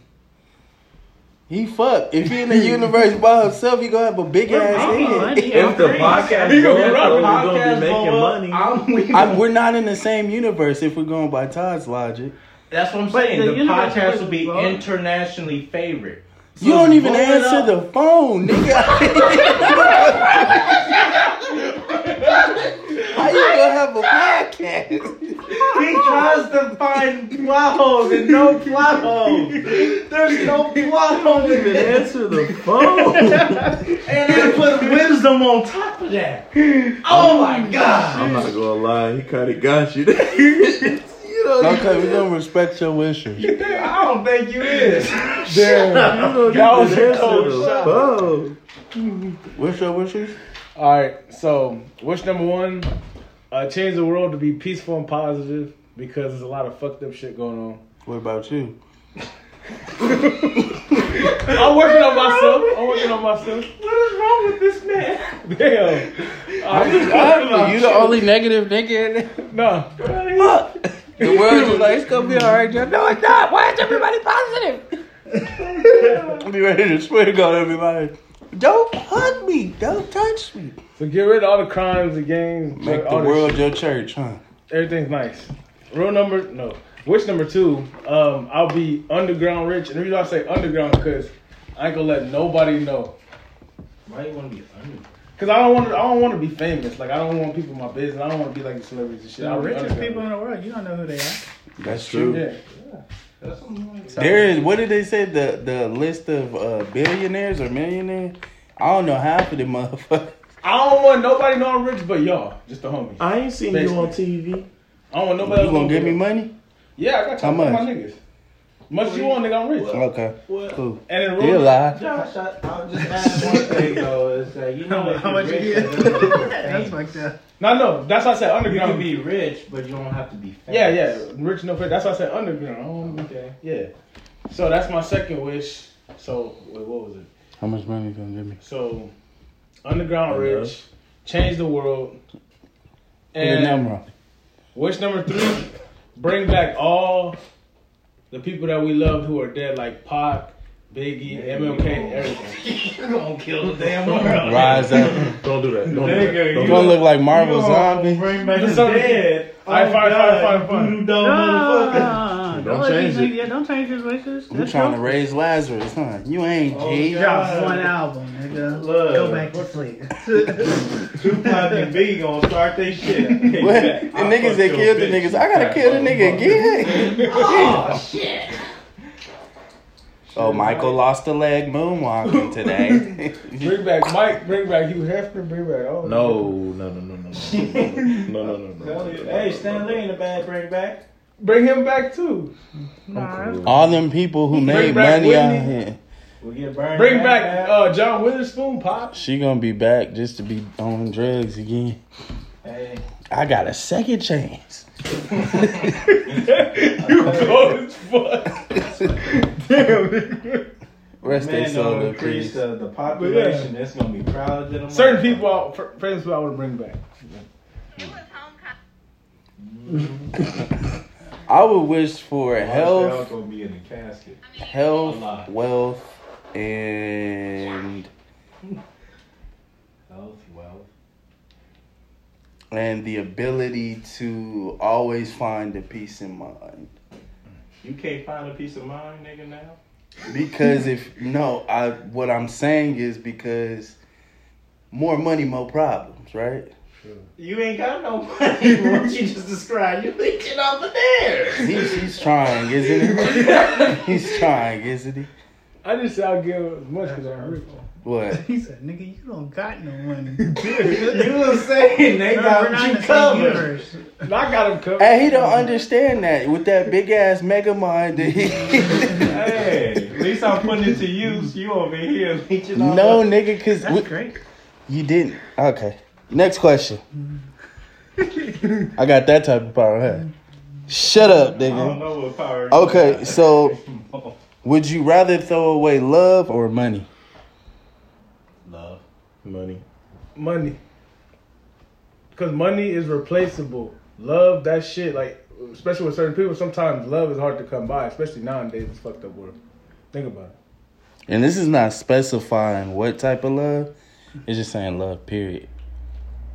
S1: He fucked. If he in the universe by himself, he gonna have a big ass head.
S4: If the podcast,
S5: He gonna
S4: blow
S5: run
S4: up, we gonna
S2: podcast
S5: the
S4: be making
S2: blow up,
S4: money. I'm, we,
S1: I, we're not in the same universe if we're going by Todd's logic.
S4: that's what I'm saying.
S3: the
S4: The,
S3: universe
S4: podcast
S3: is
S4: will be
S3: blown.
S4: internationally favorite.
S1: you don't even
S4: blow it
S1: answer
S4: up.
S1: the phone, nigga. How you gonna have a podcast?
S4: He tries to find plot holes and no plot holes. There's no plot holes in this.
S2: Answer the phone.
S4: And I put wisdom on top of that. Oh my god.
S2: I'm not gonna lie, he kind of got you. you know,
S1: Okay, we gonna respect your wishes.
S4: I don't think you is.
S5: Damn.
S2: you
S5: That
S2: don't
S5: was
S2: even
S5: a
S2: answer
S5: cold
S2: the
S5: shot.
S2: phone.
S1: What's your wishes?
S5: All right. So, wish number one: uh, change the world to be peaceful and positive because there's a lot of fucked up shit going on.
S1: What about you?
S5: I'm working on myself. I'm working on myself.
S4: What is wrong with this man?
S5: Damn. I'm just
S1: you the only negative nigga in there.
S5: No.
S1: The world is like, it's gonna be alright, John. No, it's not. Why is everybody positive? I'll be ready to swear to God, everybody. Don't hug me. Don't touch me.
S5: So get rid of all the crimes, the gangs,
S1: Make the
S5: all this
S1: world
S5: shit.
S1: your church, huh?
S5: Everything's nice. Rule number no. Wish number two. Um, I'll be underground rich, and the reason I say underground because I ain't gonna let nobody know.
S4: Why you wanna be under?
S5: Cause I don't want to. I don't want to be famous. Like I don't want people in my business. I don't want to be like the celebrities and shit.
S3: The
S5: I'll be
S3: richest
S5: underground.
S3: people in the world, you don't know who they are.
S1: That's
S5: Yeah.
S4: That's what
S1: There is what did they say the the list of uh, billionaires or millionaires? I don't know half of them motherfuckers.
S5: I don't want nobody know I'm rich, but y'all, just the homies. I
S2: I ain't seen you on TV.
S5: don't want
S1: You
S5: nobody. else
S1: gonna
S5: to
S1: give me
S5: know.
S1: money?
S5: Yeah, I got
S1: How
S5: time for my
S1: much?
S5: niggas. Much you want, nigga? I'm rich.
S1: Okay, cool.
S5: And then
S1: You
S5: rule,
S1: lie.
S4: Josh, I, I'll just add one thing though. Is that you know if
S3: How
S4: you're
S3: much you
S4: rich, that
S3: get?
S4: doesn't mean
S3: That's
S4: famous.
S3: fucked up.
S5: no, no, that's why I said
S4: You
S5: underground.
S4: can be rich, but you don't have to be famous.
S5: yeah, yeah, rich no fake. That's why I said underground. Um,
S4: Okay.
S5: yeah, so that's my second wish. So wait, what was it?
S1: How much money you gonna give me?
S5: So underground rich, change the world,
S1: Put a
S5: and
S1: number on. it.
S5: Wish number three, bring back all the people that we loved who are dead, like Pac, Biggie, MLK, everything.
S4: You gonna kill the damn world.
S1: Rise up.
S2: Don't do that. Don't do
S4: Nigga,
S2: that.
S1: You
S2: Don't
S1: gonna
S2: do
S1: look like
S4: You
S1: Marvel
S4: gonna
S1: Zombie?
S4: Bring back
S5: Just
S4: the
S5: something-
S4: dead.
S5: Alright,
S4: Oh,
S5: fine,
S4: God,
S5: fine, fine, fine.
S4: voodoo doll motherfucker.
S3: No,
S2: Don't
S3: let
S2: change
S3: these
S2: it.
S3: niggas- Don't change his wishes.
S1: You
S3: That's
S1: trying to
S3: your-
S1: raise Lazarus, huh? You ain't
S4: Oh,
S1: G.
S3: Drop
S4: God.
S3: one album, nigga.
S4: Look.
S3: Go back to sleep.
S4: Tupac and B gonna start they shit.
S1: What? The niggas that killed the niggas. I gotta kill the nigga again.
S4: Oh shit.
S1: Oh, Michael lost a leg moonwalking today.
S5: Bring back Mike, bring back Hugh Hefner, bring back all.
S2: that. No, no, no, no, no, no, no, no, no, no, no.
S4: Hey, Stan Lee in the bad bring back.
S5: Bring him back too.
S3: Nah,
S2: cool.
S1: All them people who made
S5: back
S1: money out
S5: Whitney.
S1: here.
S4: We'll get burned.
S5: Bring back uh, John Witherspoon, Pop.
S1: She gonna be back just to be on drugs again.
S4: Hey,
S1: I got a second chance.
S5: you cold as fuck. Damn. nigga.
S1: Rest their
S4: man, uh,
S1: soul
S4: gonna
S1: in
S4: increase
S1: peace.
S4: the, the population. It's gonna be prouder than a
S5: Certain
S4: motherfucker.
S5: people, I, fr- friends who I would bring back.
S6: It was homecoming.
S1: I would wish for
S4: Marcel
S1: health,
S4: gonna be in the casket.
S1: health, wealth, and
S4: Health, wealth.
S1: and the ability to always find a peace in mind.
S4: You can't find a peace of mind, nigga. Now.
S1: Because if no, I what I'm saying is because more money, more problems, right?
S4: You ain't got no money. what you just described, you leeching off the there.
S1: He's, he's trying, isn't he? He's trying, isn't he?
S5: I just said I'll give as much because I'm rich.
S1: What?
S3: He said, nigga, you don't got no money.
S4: You was saying they
S3: We're
S4: got
S3: not
S4: you
S3: in the same
S4: covered.
S3: universe.
S5: And I got him covered.
S1: And he don't understand that with that big ass mega mind that he.
S4: Hey, at least I'm putting it to use. You over here leeching off.
S1: no, nigga, because
S3: That's great.
S1: you didn't. Okay. Next question. I got that type of power. Huh? Shut up,
S4: I don't
S1: nigga.
S4: know what power. you
S1: Okay,
S4: got.
S1: so would you rather throw away love or money?
S4: love.
S2: Money.
S5: money. Because money is replaceable. Love, that shit, like, especially with certain people, sometimes love is hard to come by, especially nowadays, it's fucked up world. Think about it.
S1: And this is not specifying what type of love. It's just saying love, period.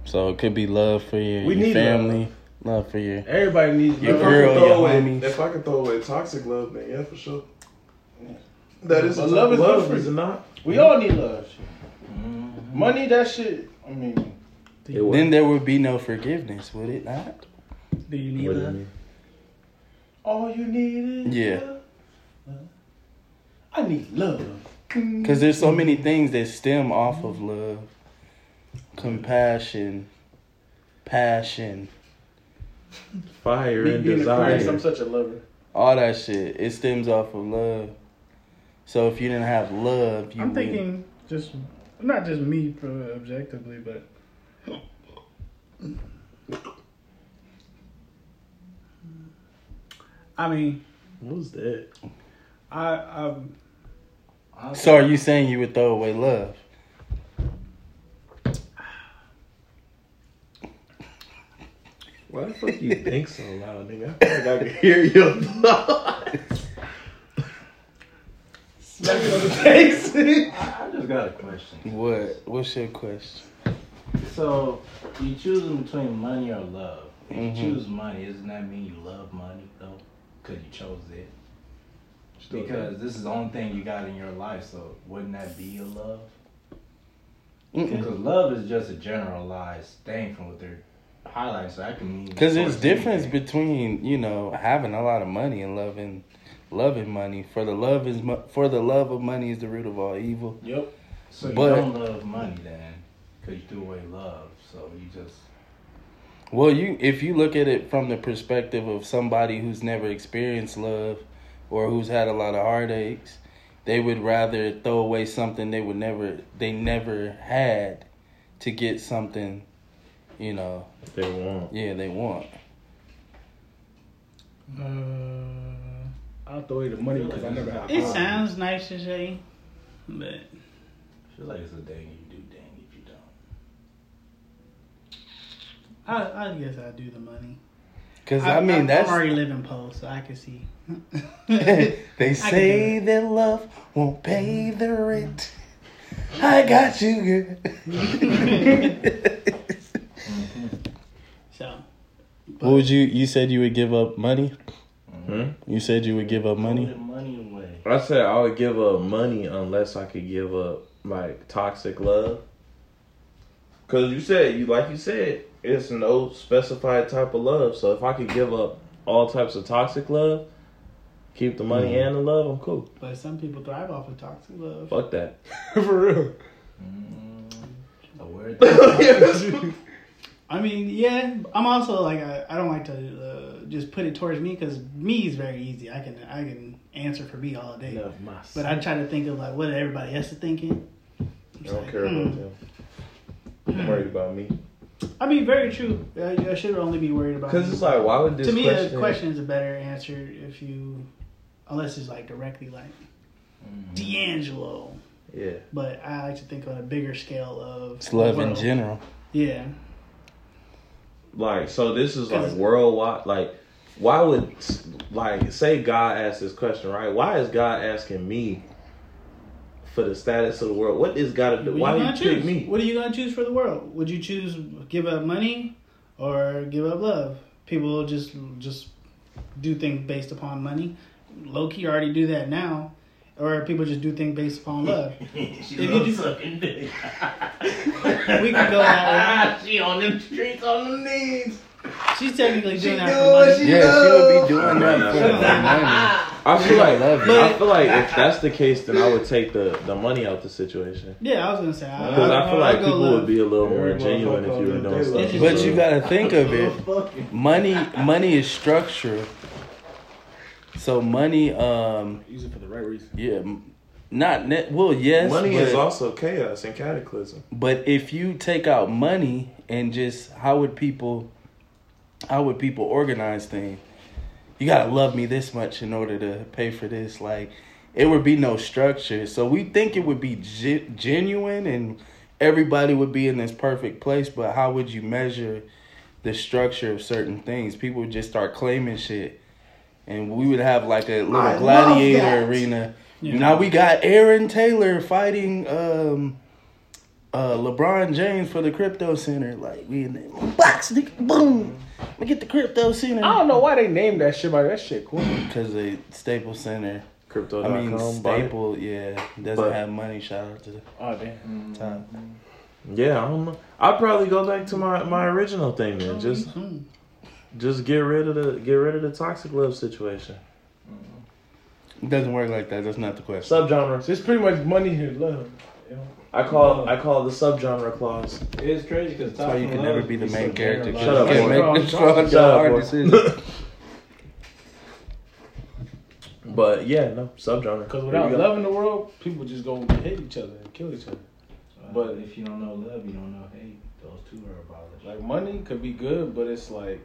S1: So it could be love for your,
S5: We
S1: your
S5: need
S1: family, love. for your
S5: Everybody needs
S1: Your
S2: if,
S5: love.
S2: I
S1: girl,
S2: could throw
S1: your
S2: away,
S1: homies.
S2: if I could throw away toxic love, then yeah, for sure. That is
S5: But love is
S2: love
S5: different.
S2: is not.
S5: We all need love. Money, that shit. I mean,
S1: Then there would be no forgiveness, would it not?
S3: Do you need love?
S5: all you need is
S1: Yeah.
S5: love. I need love.
S1: Because there's so many things that stem off of love compassion, passion,
S2: Fire
S5: Me
S2: and
S5: being a Christ,
S2: desire.
S5: I'm such a lover.
S1: all that shit. It stems off of love. So if you didn't have love, you
S3: I'm
S1: wouldn't-
S3: thinking just not just me but objectively, but I mean,
S2: What was that?
S3: I uh, I
S1: So are you saying you would throw away love?
S2: Why the fuck you think so loud, nigga? I feel like I can hear your thoughts.
S4: I just got a question.
S1: What? What's your question?
S4: So, you choosing between money or love. If
S1: Mhm.
S4: you choose money, doesn't that mean you love money though? Because you chose it. Because this is the only thing you got in your life, so wouldn't that be a love?
S1: Mm-mm.
S4: Because love is just a generalized thing from what they're highlighting, so that can mean.
S1: Cause there's
S4: of
S1: difference
S4: anything.
S1: between you know having a lot of money and loving, loving money. For the love is mo- for the love of money is the root of all evil.
S5: Yep.
S4: So you
S1: but-
S4: don't love money then, because you threw away love. So you just
S1: Well, you if you look at it from the perspective of somebody who's never experienced love, or who's had a lot of heartaches, they would rather throw away something they would never they never had, to get something, you know,
S2: They won't.
S1: yeah they want.
S3: uh,
S5: I'll throw away the money because I never have.
S3: it sounds nice to say, but
S4: I feel like it's a thing you do, dang if you don't.
S3: I I guess I do the money.
S1: Cause I, mean that's
S3: I'm already living post, so I can see.
S1: they
S3: can
S1: say that love won't pay the rent. I got you, good.
S3: so
S1: what would you? You said you would give up money.
S2: Hmm?
S1: You said you would give up
S4: Throw
S1: money.
S4: that money away.
S2: I said I would give up money unless I could give up like toxic love. Cause you said you like you said it's no specified type of love. So if I could give up all types of toxic love, keep the money
S3: Mm-hmm.
S2: and the love, I'm cool.
S3: but some people thrive off of toxic love.
S2: Fuck that.
S5: For real.
S4: A word that
S3: I mean, yeah. I'm also like I, I don't like to uh, just put it towards me because me is very easy. I can I can answer for me all day.
S2: Love myself.
S3: But I try to think of like what everybody else is thinking. Hmm.
S2: I don't care
S3: Mm.
S2: about them. I'm worried about me.
S3: I mean, very true. I, I should only be worried about.
S2: Cause
S3: me.
S2: it's like why would this
S3: to me,
S2: question,
S3: a question is a better answer if you, unless it's like directly like
S2: Mm-hmm.
S3: D'Angelo.
S2: Yeah.
S3: But I like to think on a bigger scale of
S1: It's love in
S3: world.
S1: general.
S3: Yeah,
S2: Like, so this is like
S3: 'Cause-
S2: worldwide. Like, why would like say God asked this question, right? Why is God asking me for the status of the world? What is God to do?
S3: What
S2: Why
S3: you
S2: do you
S3: gonna
S2: pick
S3: choose?
S2: me?
S3: What are you gonna choose for the world? Would you choose give up money or give up love? People just just do things based upon money. Low key already do that now. Or people just do things based upon love.
S4: she
S3: If you
S4: loves
S3: do-
S4: sucking dick.
S3: We can go that
S4: Ah, she on them streets on them knees.
S3: way. She's technically doing that for money.
S1: Yeah, she would be doing that for
S2: Shut
S1: the money.
S2: I feel like
S1: love
S2: I feel like if that's the case, then I would take the the money out the situation.
S3: Yeah, I was gonna say. I,
S2: Because I feel like
S3: Uh, I'll go
S2: people
S3: love.
S2: would be a little more
S5: Everyone
S2: genuine if you were
S5: fuck
S2: doing
S5: up.
S2: stuff.
S3: They
S1: But you
S2: got
S1: gotta think of it.
S4: Fucking.
S1: Money, money is structural. So money, um,
S5: Use it for the right reason.
S1: yeah, m- not net. Well, yes,
S2: money
S1: but,
S2: is also chaos and cataclysm.
S1: But if you take out money and just how would people how would people organize things? You gotta love me this much in order to pay for this. Like it would be no structure. So we think it would be ge- genuine and everybody would be in this perfect place. But how would you measure the structure of certain things? People would just start claiming shit, and we would have like a little
S2: I love
S1: gladiator
S2: that.
S1: arena
S3: Yeah.
S1: Now we got Aaron Taylor fighting um, uh, LeBron James for the Crypto Center. Like we in the box, nigga, boom. We get the Crypto Center.
S5: I don't know why they named that shit by that shit. Cool.
S1: Because the Staples Center,
S2: Crypto.com.
S1: I mean
S2: buy it.
S1: Staple, yeah, doesn't
S2: But-
S1: have money. Shout out to the
S5: Oh damn.
S1: top.
S2: Yeah, I don't know. I'd probably go back to my, my original thing then. Just
S3: Mm-hmm.
S2: Mm-hmm. just get rid of the get rid of the toxic love situation.
S1: It doesn't work like that. That's not the question.
S2: Subgenre.
S5: So it's pretty much money and love. you know?
S2: I call I call it the subgenre clause.
S4: It's crazy because
S1: That's why you can never be the main character. 'cause
S2: Shut up,
S1: you can't
S2: boy.
S1: make the strong,
S2: Shut up,
S1: hard
S2: boy.
S1: decisions.
S2: But yeah, no subgenre.
S5: Because
S2: Here
S5: without
S2: we go.
S5: love in the world, people just gonna hate each other and kill each other.
S4: But if you don't know love, you don't know hate. Those two are abolished.
S5: Like money could be good, but it's like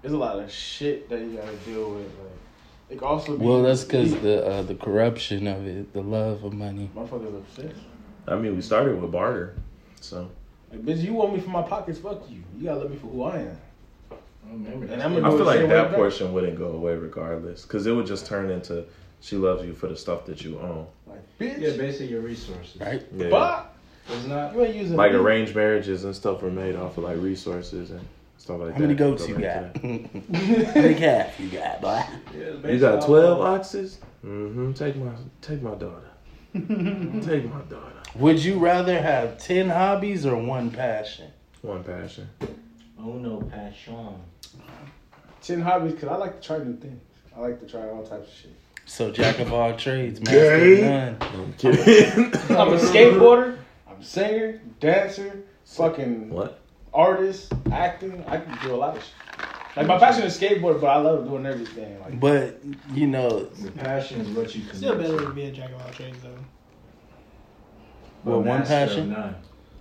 S5: there's a lot of shit that you gotta deal with. Like it could also be
S1: Well, that's because the uh, the corruption of it, the love of money.
S5: motherfuckers obsessed.
S2: I mean, we started with barter, so
S5: Like bitch, you want me for my pockets? Fuck you. You gotta love me for who I am.
S4: Remember,
S5: And
S4: that's
S5: I'm
S2: I
S5: Oh,
S2: feel
S5: the
S2: like
S5: same way
S2: that
S5: back?
S2: portion wouldn't go away regardless, because it would just turn into she loves you for the stuff that you own.
S5: Like bitch,
S4: yeah, basically your resources.
S1: Right.
S2: Yeah.
S5: fuck.
S4: It's not.
S5: You ain't using
S2: Like
S5: me.
S2: arranged marriages and stuff were made off of like resources and stuff like that.
S1: How many goats
S2: Go
S1: you
S2: back to
S1: got? How many calves you got, boy?
S4: Yeah, it's
S2: that. You
S4: based
S2: got
S4: off
S2: twelve
S4: of-
S2: oxes. Mm-hmm. Take my take my daughter. take my daughter.
S1: Would you rather have ten hobbies or one passion?
S2: One passion.
S4: Oh no, passion.
S5: ten hobbies. Cause I like to try new things. I like to try all types of shit.
S1: So jack of all trades, master of none.
S2: I'm kidding.
S5: I'm a skateboarder. I'm a singer, dancer, fucking
S2: what?
S5: artist, acting. I can do a lot of shit. Like my passion is skateboard, but I love doing everything. Like
S1: But you know,
S4: The passion is what you can.
S3: Still better to be a jack of all trades though.
S1: Well, one passion.
S4: None.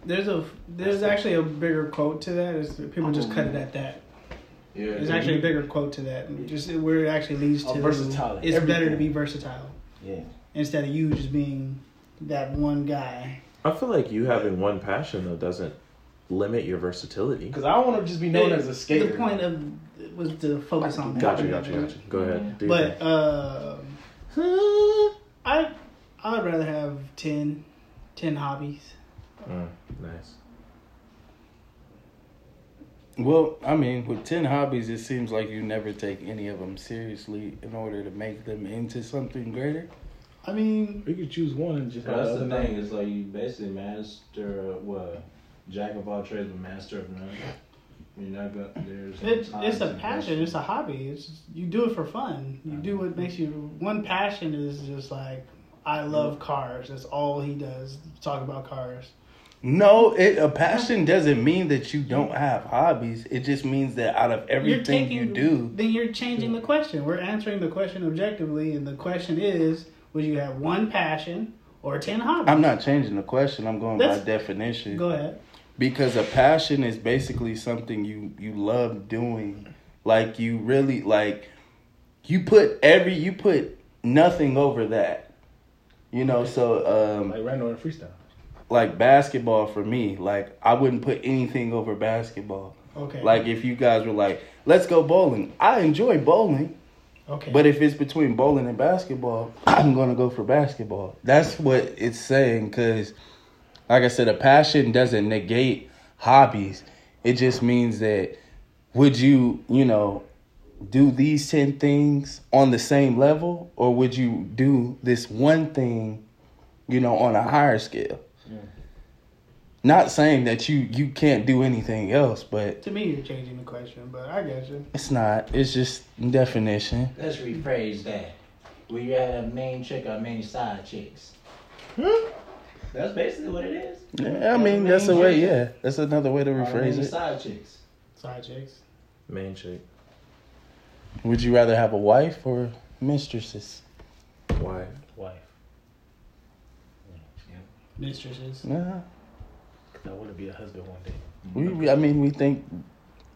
S3: There's a there's actually a bigger quote to that. Is that people just cut it at that.
S4: Yeah,
S3: There's actually a bigger quote to that. Just where it actually leads
S5: Oh,
S3: to
S5: versatile.
S3: It's better to be
S5: Everything.
S3: versatile
S4: Yeah.
S3: instead of you just being that one guy.
S2: I feel like you having one passion though doesn't limit your versatility.
S5: Because I want to just be known
S3: It-
S5: as a skater.
S3: The point of was to focus on that.
S2: Gotcha, gotcha, gotcha. Go ahead. Do your
S3: But
S2: thing.
S3: uh, I I'd rather have 10, 10 hobbies.
S2: Mm, nice.
S1: well, I mean, with ten hobbies, it seems like you never take any of them seriously in order to make them into something greater.
S3: I mean,
S5: you could choose one and just
S4: But that's the thing. It's like you basically master of what jack of all trades, but master of none. You're not gonna. There's.
S3: it's it's
S4: times
S3: a
S4: and
S3: passion. It's a hobby. It's you do it for fun. You do what makes you. One passion is just like I love cars. That's all he does. Talk about cars.
S1: No, it, a passion doesn't mean that you don't have hobbies. It just means that out of everything you do,
S3: Then you're changing the question. We're answering the question objectively, and the question is: Would you have one passion or ten hobbies?
S1: I'm not changing the question. I'm going by
S3: That's-
S1: definition.
S3: Go ahead.
S1: because a passion is basically something you you love doing like you really like you put every you put nothing over that you know so um
S5: Like random and freestyle.
S1: like basketball for me like i wouldn't put anything over basketball
S3: Okay.
S1: like if you guys were like let's go bowling i enjoy bowling
S3: okay.
S1: but if it's between bowling and basketball, I'm gonna go for basketball. That's what it's saying, because, like I said, a passion doesn't negate hobbies. It just means that would you, you know, do these ten things on the same level, or would you do this one thing, you know, on a higher scale? Not saying that you you can't do anything else, but
S3: to me, you're changing the question, but I get you.
S1: it's not. It's just definition.
S7: Let's rephrase that. Will you rather have a main chick or many side chicks?
S3: Hmm?
S7: That's basically what it is.
S1: Yeah, I mean that's a way. Yeah, that's another way to rephrase
S7: many
S1: it.
S7: side chicks.
S3: Side chicks.
S2: Main chick.
S1: Would you rather have a wife or mistresses?
S2: Why?
S7: Wife.
S3: Mistresses.
S1: Nah,
S7: Because I want to be a husband one day.
S1: we. we- I mean, we think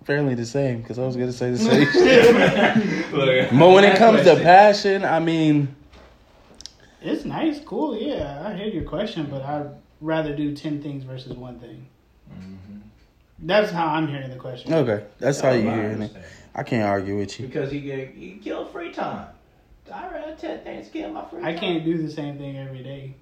S1: fairly the same. Because I was gonna say the same. shit.
S4: Look,
S1: but when it
S4: that
S1: comes to
S4: question-
S1: passion, I mean,
S3: It's nice, cool, yeah. I hear your question, but I'd rather do 10 things versus one thing. That's how I'm hearing the question.
S1: okay, that's how
S4: I
S1: you hear it.
S4: understand.
S1: I can't argue with you.
S4: Because he get he killed free time.
S7: I read ten things to kill my free
S3: I
S7: time.
S3: can't do the same thing every day.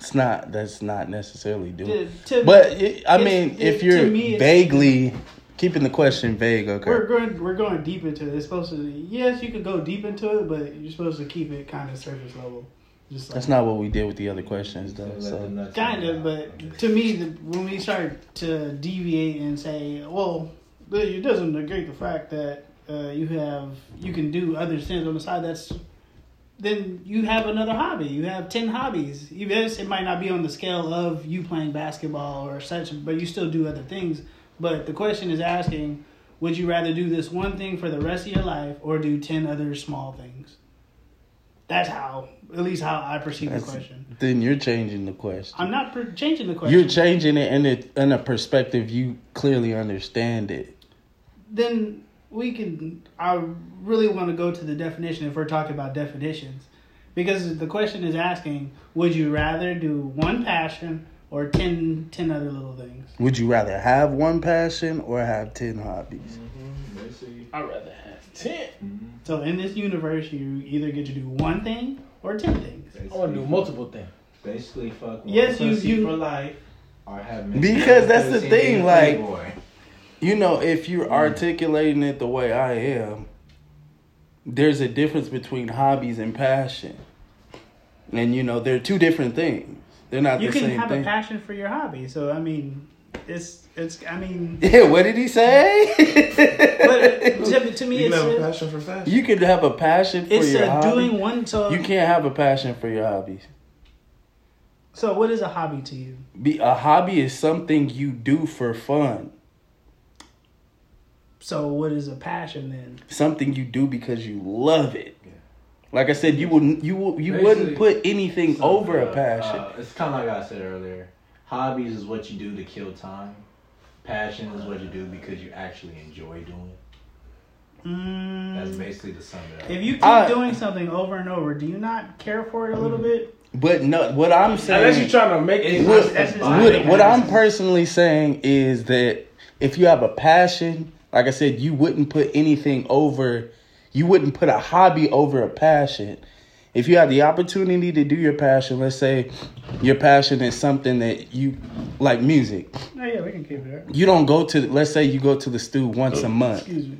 S1: It's not. That's not necessarily doing.
S3: To- to-
S1: But it, I
S3: it's-
S1: mean,
S3: it-
S1: if
S3: to
S1: you're
S3: me, it's-
S1: vaguely keeping the question vague,
S3: we're
S1: okay.
S3: going we're going deep into it. It's supposed to yes, you could go deep into it, but you're supposed to keep it kind of surface level. Just like,
S1: That's not what we did with the other questions,
S7: So
S1: though.
S7: let the
S1: So
S7: nuts
S3: kind
S7: hang
S3: of,
S7: out.
S3: but to me, the, when we start to deviate and say, well, it doesn't negate the fact that uh, you have you can do other things on the side. That's then you have another hobby. You have ten hobbies. Even if it might not be on the scale of you playing basketball or such, but you still do other things. But the question is asking, would you rather do this one thing for the rest of your life or do ten other small things? That's how, at least how I perceive the
S1: That's-
S3: question.
S1: then you're changing the question.
S3: I'm not per- changing the question.
S1: You're changing it in a, in a perspective you clearly understand it.
S3: then we can. I really want to go to the definition if we're talking about definitions, because the question is asking: Would you rather do one passion or 10, 10 other little things?
S1: Would you rather have one passion or have ten hobbies?
S7: Let's see.
S5: I'd rather have ten.
S3: So in this universe, you either get to do one thing or ten things.
S5: I want to do multiple things.
S7: Basically, fuck. one
S3: Yes, you-
S7: pussy
S3: you-
S7: for life. Or have
S1: Because that's the
S7: Pussy
S1: thing,
S7: and
S1: like-
S7: Playboy.
S1: You know, if you're articulating it the way I am, there's a difference between hobbies and passion. And you know, they're two different things. They're not
S3: You
S1: the
S3: can
S1: same
S3: have a
S1: thing.
S3: passion for your hobby. So I mean, it's it's. I mean,
S1: yeah, what did he say?
S3: but to, to me,
S2: You can
S3: it's
S2: have a
S3: a,
S2: passion for fashion.
S1: you could have a passion for
S3: it's
S1: your
S3: a
S1: hobby.
S3: doing one. So
S1: You can't have a passion for your hobbies.
S3: so what is a hobby to you?
S1: Be a hobby is something you do for fun.
S3: So what is a passion then?
S1: something you do because you love it. Like I said, you wouldn't you would you wouldn't
S4: Basically,
S1: put anything
S7: So,
S1: over
S7: uh,
S1: a passion.
S7: uh, it's kind of like I said earlier. Hobbies is what you do to kill time. Passion is what you do because you actually enjoy doing it.
S3: Mm.
S7: That's basically the sum of it. up.
S3: If you keep
S1: I-
S3: doing something over and over, do you not care for it a little bit?
S1: but no, what I'm
S5: Unless you're
S1: saying,
S5: trying to make it.
S7: It's-
S3: that's just-
S7: it's-
S1: what, what I'm
S7: it's-
S1: personally saying is that if you have a passion, like I said, you wouldn't put anything over, you wouldn't put a hobby over a passion. If you have the opportunity to do your passion, let's say your passion is something that you like music.
S3: Oh yeah, we can keep it.
S1: You don't go to, let's say you go to the stew once a month.
S3: Oh, Excuse me.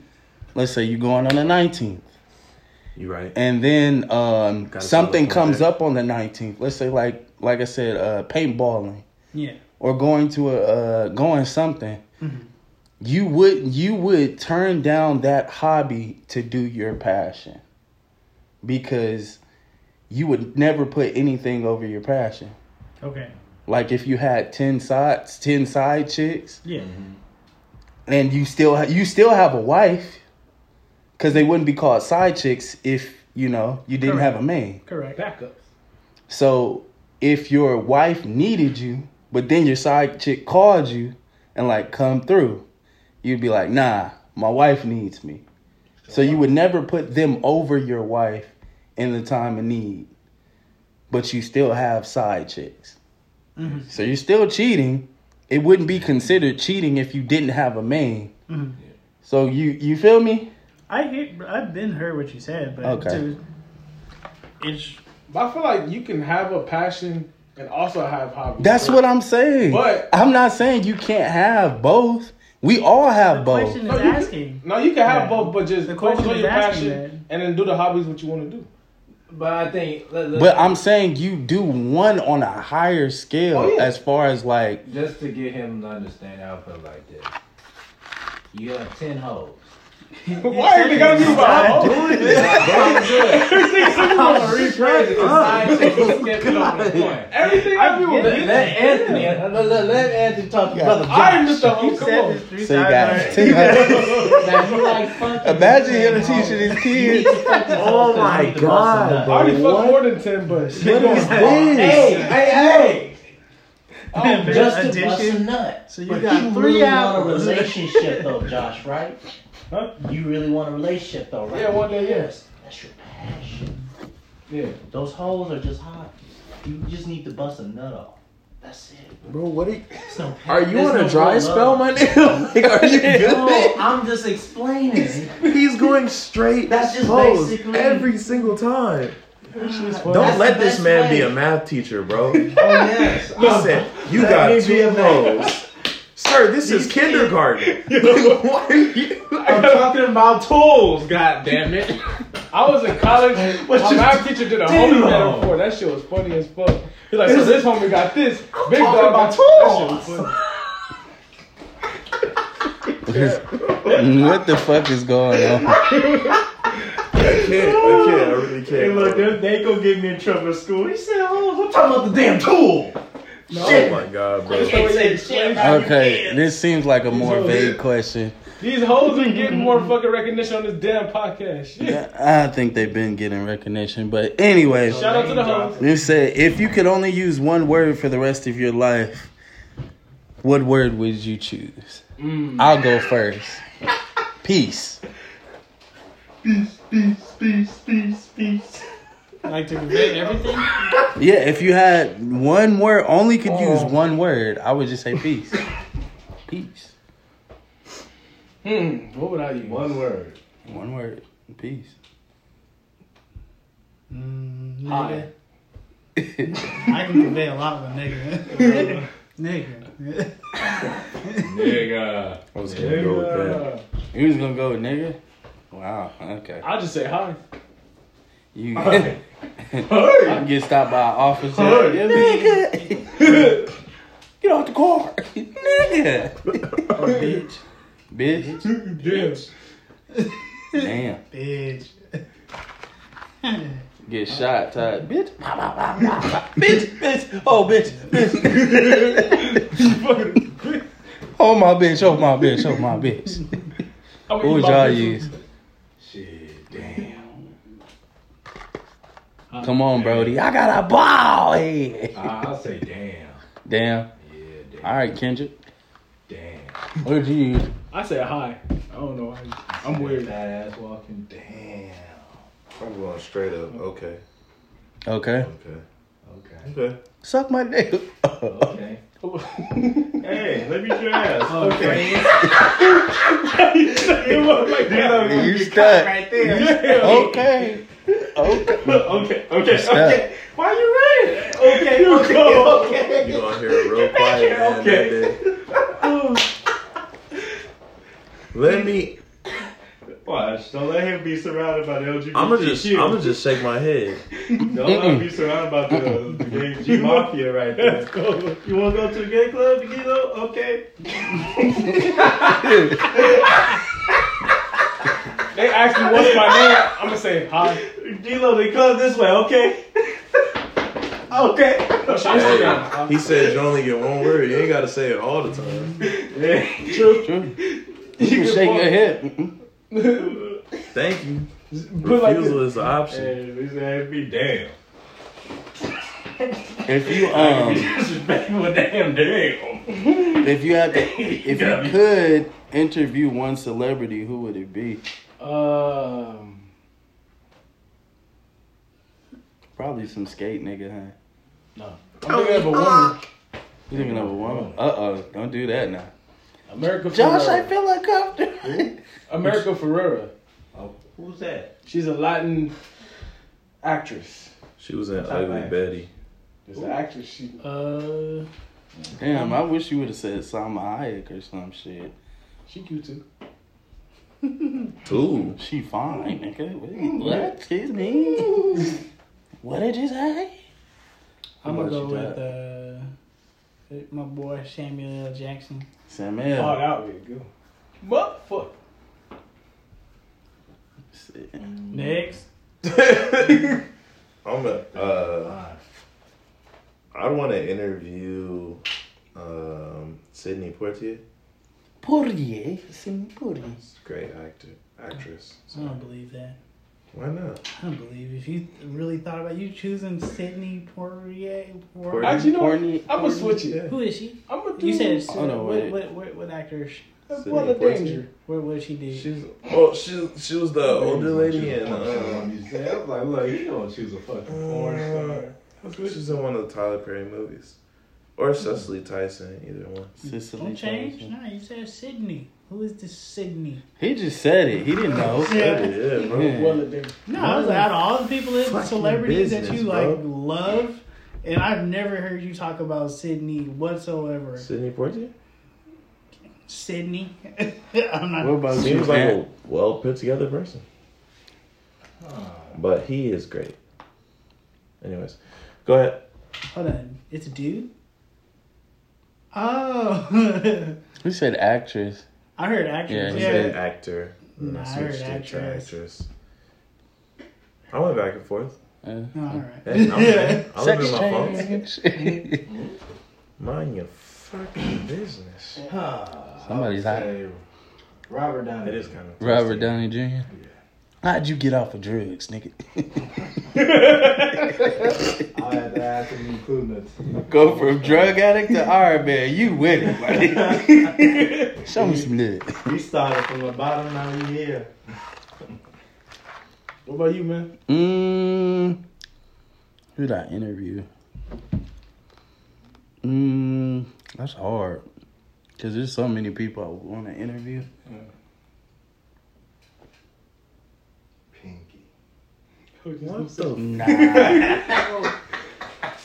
S1: Let's say you're going on the 19th.
S2: You right.
S1: and then um,
S2: Gotta
S1: something
S2: follow
S1: comes
S2: project.
S1: up on the 19th let's say like like i said uh, paintballing
S3: Yeah.
S1: or going to a uh, going something you would you would turn down that hobby to do your passion because you would never put anything over your passion
S3: Okay.
S1: like if you had 10 sides 10 side chicks
S3: Yeah.
S7: Mm-hmm.
S1: and you still ha- you still have a wife because they wouldn't be called side chicks if you know you didn't
S3: Correct.
S1: have a man
S3: Correct.
S5: Backups.
S1: So if your wife needed you, but then your side chick called you and like come through, you'd be like, nah, my wife needs me. So you would never put them over your wife in the time of need, but you still have side chicks.
S3: Mhm.
S1: So you're still cheating. It wouldn't be considered cheating if you didn't have a man.
S3: Mhm.
S1: So you you feel me?
S3: I hear. I've been heard what you said, but
S1: Okay.
S3: to- it's
S5: But I feel like you can have a passion and also have hobbies.
S1: That's what I'm saying.
S5: But-
S1: I'm not saying you can't have both. We all have
S3: the
S1: both.
S3: question
S5: No,
S3: is
S5: you can-
S3: asking.
S5: No, you can have
S3: Yeah.
S5: both, but just
S3: The
S5: focus
S3: question
S5: on
S3: is
S5: your
S3: asking
S5: passion
S3: that.
S5: and then do the hobbies what you want to do.
S4: But I think let, let,
S1: But I'm saying you do one on a higher scale
S5: Oh, yeah.
S1: as far as like
S7: Just to get him to understand how I feel like this. You have ten hoes.
S5: Why are you gonna be about hoes?
S3: Oh,
S4: rephrase it. 'cause I think he's skipping over the point.
S5: Everything I do
S7: Let,
S5: with
S7: let Anthony, uh, let, let, let Anthony talk to brother
S5: I am
S7: Josh.
S5: just a hoe.
S3: You
S5: Come
S3: said
S5: on.
S3: this three
S1: so you got
S3: times.
S1: two hundred.
S7: Now, you like funky
S1: Imagine
S7: you
S1: him
S7: saying
S1: teaching
S7: hoes.
S1: his kids.
S7: Oh my
S2: God,
S5: I already fucked
S2: What?
S5: more than ten, but shit
S1: What is
S5: going
S3: Oh,
S1: this?
S7: Hey, hey,
S3: right.
S7: hey! Just to bust a
S3: oh, Addition.
S7: nut.
S3: So you
S7: But
S3: got
S7: you
S3: three
S7: really want a
S3: hours.
S7: relationship though, Josh, right?
S5: Huh?
S7: You really want a relationship though, right?
S5: Yeah, one day, yes.
S7: That's your passion.
S5: Yeah.
S7: Those holes are just hot. You just need to bust a nut off. That's it.
S1: Bro, what are you,
S7: There's no pain.
S1: are you
S7: There's
S1: on
S7: no
S1: a dry
S7: more
S1: spell,
S7: love.
S1: my nigga? Like, are you
S7: No,
S1: good?
S7: I'm just explaining.
S2: He's going straight.
S7: That's just
S2: pose
S7: basically-
S2: every single time. Don't
S7: That's
S2: let
S7: the
S2: this
S7: best
S2: man
S7: way.
S2: be a math teacher, bro. He
S7: Oh yes.
S2: said, "You got
S7: me be
S2: two
S7: a math-
S2: rows." Sir, this is kindergarten. Why are you?
S4: I'm talking about tools, god damn it.
S5: I was in college.
S4: What
S5: my
S4: you
S5: math teacher did a
S4: do?
S5: homie metaphor. That shit was funny as fuck. He's like, so this homie got this. Big
S7: talking
S5: dog
S7: about
S5: got that shit was
S7: tools.
S5: funny.
S1: what the fuck is going on?
S2: I can't. I can't. I really can't.
S7: they, they gonna get me in trouble at school. He said, "Oh, I'm talking about the damn tool."
S2: oh my god, bro.
S7: Can't say shit about you
S1: Okay,
S7: kids.
S1: this seems like a more vague question.
S5: These hoes are getting more fucking recognition on this damn podcast. Shit.
S1: I think they've been getting recognition, but anyway,
S5: Shout out to the hoes.
S1: it said if you could only use one word for the rest of your life, what word would you choose?
S5: Mm.
S1: I'll go first. Peace.
S3: Like to convey everything.
S1: Yeah, if you had one word, only could use one word, I would just say peace. peace.
S5: Hmm, what would I use?
S4: One word.
S1: One word. Peace.
S3: Mm,
S5: Hi.
S3: nigga. I can convey a lot with a nigga. nigga.
S4: Nigga.
S2: I was gonna go with that.
S1: uh, You was gonna go with nigga? Wow, okay.
S5: I'll just say hi.
S1: You You get stopped by an officer. Nigga! get off the car. Nigga! Or bitch. Bitch?
S5: Damn.
S1: Damn.
S3: Bitch.
S1: Get shot, tied. Bitch. Bah, bah, bah, bah, bah. bitch, bitch. Oh, bitch, bitch. oh, my bitch. Oh, my bitch. Oh, my bitch.
S5: I'm
S1: What would y'all use?
S4: Shit, damn.
S1: Come on, Brody. I got a ball head.
S4: I, I'll say damn.
S1: Damn.
S4: Yeah, damn.
S1: All right, Kendrick.
S4: Damn.
S1: What'd you use?
S5: I say hi. I don't know. I, I'm
S4: Weird
S5: weird.
S4: ass walking. Damn.
S2: I'm going straight up. Okay.
S1: Okay.
S2: Okay.
S4: Okay.
S2: Okay.
S1: Suck my dick.
S4: Okay.
S2: Hey, let me your ass.
S5: Uh,
S2: Okay.
S1: you stuck.
S2: there.
S1: Oh. Okay. Okay.
S2: Okay. Okay.
S1: Stuck.
S2: Why you ready?
S7: Okay, okay, okay.
S2: You gonna hear it real quiet, man.
S7: Okay.
S2: that day. Let me.
S7: Watch, don't let him be surrounded by the LGBTQ.
S2: I'm gonna just. I'm gonna just shake my head.
S7: Don't let him be surrounded by the, the gay G mafia right there. You wanna go to a gay club, Guido? Okay.
S5: They ask me what's my name. I'm gonna say hi.
S7: Guido, the club this way, okay? okay.
S5: What's your Instagram?
S2: Hey, he said you only get one word. You ain't gotta say it all the time.
S1: True. True. You can shake your head. Mm-mm.
S2: Thank you.
S5: Put like this.
S2: Refusal is an option.
S7: Hey, this ass be damn.
S1: If you um.
S7: Disrespectful, damn, damn.
S1: If you had to, if you could interview one celebrity, who would it be?
S5: Um,
S1: Probably some skate nigga, huh?
S5: I'm thinking of a woman.
S1: You thinking of a woman? Uh oh, don't do that now.
S5: America
S1: Josh, I
S5: Ferrera.
S1: feel uncomfortable.
S5: America Ferrera.
S7: Oh, who's that?
S5: She's a Latin actress.
S2: She was in Ugly Betty.
S5: It's an actress. She.
S3: Uh,
S1: Damn, I wish you would have said Salma Hayek or some shit.
S5: She cute too.
S2: Ooh.
S1: She fine, nigga. Wait, What? Excuse me. What did you say?
S3: I'm
S1: What
S3: gonna go
S1: you got?
S3: with uh, my boy Samuel L. Jackson.
S5: Oh,
S1: Samuel.
S5: that would be good. Motherfucker.
S3: Next.
S2: I'm a. Uh, I want to interview um, Sydney Poitier.
S1: Poirier. Samuel Poirier.
S2: She's a great actor, actress.
S3: I don't believe that.
S2: Why not?
S3: I don't believe if you really thought about you choosing Sydney Poirier. Poirier.
S5: Actually, you know what?
S1: Poirier-
S5: I'm gonna switch it.
S2: Yeah.
S3: Who is she?
S5: I'm gonna do.
S3: You said
S1: Oh, no,
S3: what,
S1: wait.
S3: what, what, what actor? is she-
S5: what a
S2: Poitier.
S5: danger.
S3: What what she did?
S2: She's oh she she was the older lady in
S7: uh,
S4: Um,
S2: um,
S4: you say, I was like, look, you gonna choose a fucking porn star.
S2: she was in one of the Tyler Perry movies.
S1: Hmm.
S2: Or Cecily Tyson, either one.
S1: Cicely
S3: Don't change.
S1: Tyson.
S3: No, you said Sydney. Who is this Sydney?
S1: He just said it. He didn't know.
S2: Yeah, yeah, bro.
S1: Yeah.
S5: Well, it did.
S3: No, I was like, out of all the people, that,
S2: Fucking
S3: celebrities that
S2: business,
S3: you
S2: bro.
S3: like love, and I've never heard you talk about Sydney whatsoever.
S2: Sydney Poitier?
S3: Sydney. I'm not.
S1: What about you,
S2: Seems like oh.
S1: Ant?
S2: a well put together person.
S1: Oh.
S2: But he is great. Anyways, go ahead.
S3: Hold on. It's a dude. Oh,
S1: He said actress.
S3: I heard actress.
S1: Yeah,
S2: I
S1: he
S3: Yeah.
S2: said actor. and
S3: Nah, I
S2: I
S3: heard
S2: switched it to
S3: actress.
S2: actress. I went back and forth.
S1: Uh,
S3: No, Oh, all right.
S2: Hey, I'm, hey, I live
S1: sex
S2: in my phone.
S1: change.
S2: Mind your fucking business.
S1: Somebody's hot.
S7: Robert Downey.
S2: It is kind of
S1: Robert Downey Jr. How'd you get off of drugs, nigga?
S7: I'll have to ask him including
S1: Go from drug addict to Iron Man. You win it, buddy. Show me some love.
S7: it. We started from the bottom, now we here.
S5: What about you, man?
S1: Mm, who did I interview? Mm, that's hard. Because there's so many people I want to interview.
S7: Pinky.
S2: What the
S1: Nah.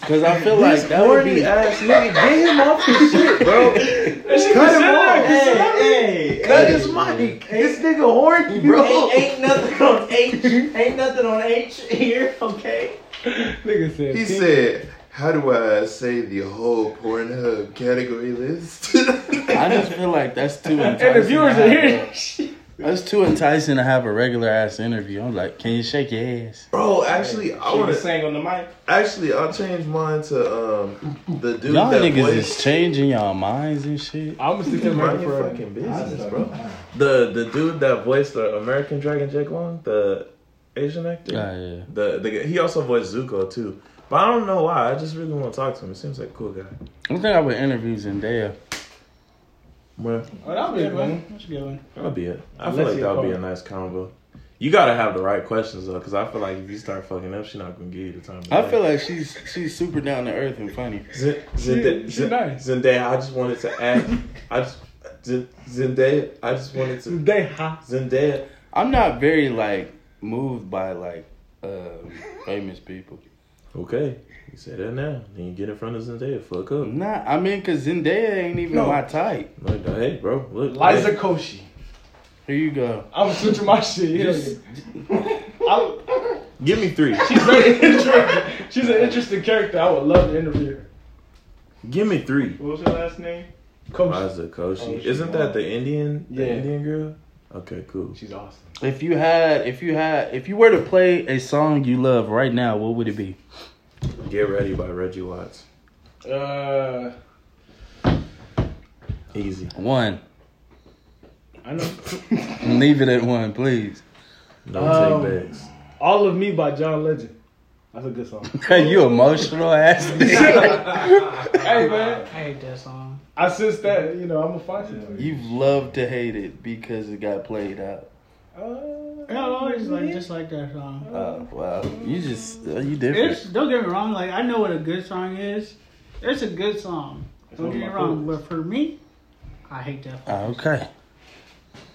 S1: Because I feel like that would be...
S2: ass nigga? Get him off his shit, bro. Cut him off.
S7: Hey, hey,
S2: Cut
S7: hey.
S2: his mic. This nigga horny, bro.
S7: Ain't, ain't nothing on H. Ain't nothing on H here, okay?
S5: Nigga said.
S2: He
S5: pink.
S2: said, "How do I say the whole Pornhub category list?"
S1: I just feel like that's too enticing.
S5: And the viewers
S1: to
S5: are
S1: have
S5: here.
S1: a- That's too enticing to have a regular ass interview. I'm like, can you shake your ass?
S2: bro, actually, I want to.
S4: sing on the mic.
S2: Actually, I'll change mine to um the dude
S1: y'all
S2: that
S1: niggas
S2: voiced.
S1: is changing y'all minds and shit.
S5: I'm gonna stick to
S2: Mind
S5: America
S2: your
S5: forever.
S2: fucking
S7: uh,
S2: business, bro. The the dude that voiced the American Dragon Jake Long, the Asian actor.
S1: Ah, yeah.
S2: The the he also voiced Zuko too. But I don't know why. I just really want to talk to him. It seems like a cool guy.
S1: I think I would interview Zendaya.
S2: Well,
S5: Oh, that'll be a good one. That's a good one.
S2: that'll be it. I feel
S5: Let's
S2: like
S5: see
S2: that'll be a
S5: Paul.
S2: nice combo. You gotta have the right questions though, because I feel like if you start fucking up, she's not gonna give you the time. of
S1: I
S2: day.
S1: feel like she's she's super down to earth and funny.
S2: Zen- Zenda-
S5: she
S2: Zen-
S5: nice.
S2: Zendaya. I just wanted to add. I just Zen- Zendaya. I just wanted to
S5: They hot.
S2: Zendaya.
S1: I'm not very like moved by like um, famous people.
S2: Okay, you say that now. Then you get in front of Zendaya. Fuck up.
S1: Nah, I mean, cause Zendaya ain't even
S5: No.
S1: my type.
S2: Like, hey, bro. Look,
S5: Liza
S2: hey.
S5: Koshy.
S1: Here you go.
S5: I'm switching my shit. Just, I,
S2: Give me three.
S5: she's very interesting. She's an interesting character. I would love to interview her.
S2: Give me three.
S4: What was your last name?
S5: Koshy.
S2: Liza Koshy.
S4: Oh, she
S2: Isn't that the Indian? The
S5: Yeah.
S2: Indian girl. Okay, cool.
S5: She's awesome.
S1: If you had, if you had, if you were to play a song you love right now, what would it be?
S2: Get ready by Reggie Watts.
S5: Uh,
S2: Easy.
S1: One.
S5: I know.
S1: Leave it at one, please.
S2: No
S5: Um,
S2: take backs.
S5: All of Me by John Legend. That's a good song.
S1: you emotional ass nigga.
S5: hey man,
S3: I hate that song.
S5: I sense that you know I'm gonna find something.
S1: You've loved to hate it because it got played out.
S5: Uh,
S3: I always like just like that song.
S1: Oh, wow. You just, uh, you
S3: It's,
S1: different.
S3: don't get me wrong. Like I know what a good song is. It's a good song. Don't get me wrong. But for me, I hate that.
S1: Ah, okay.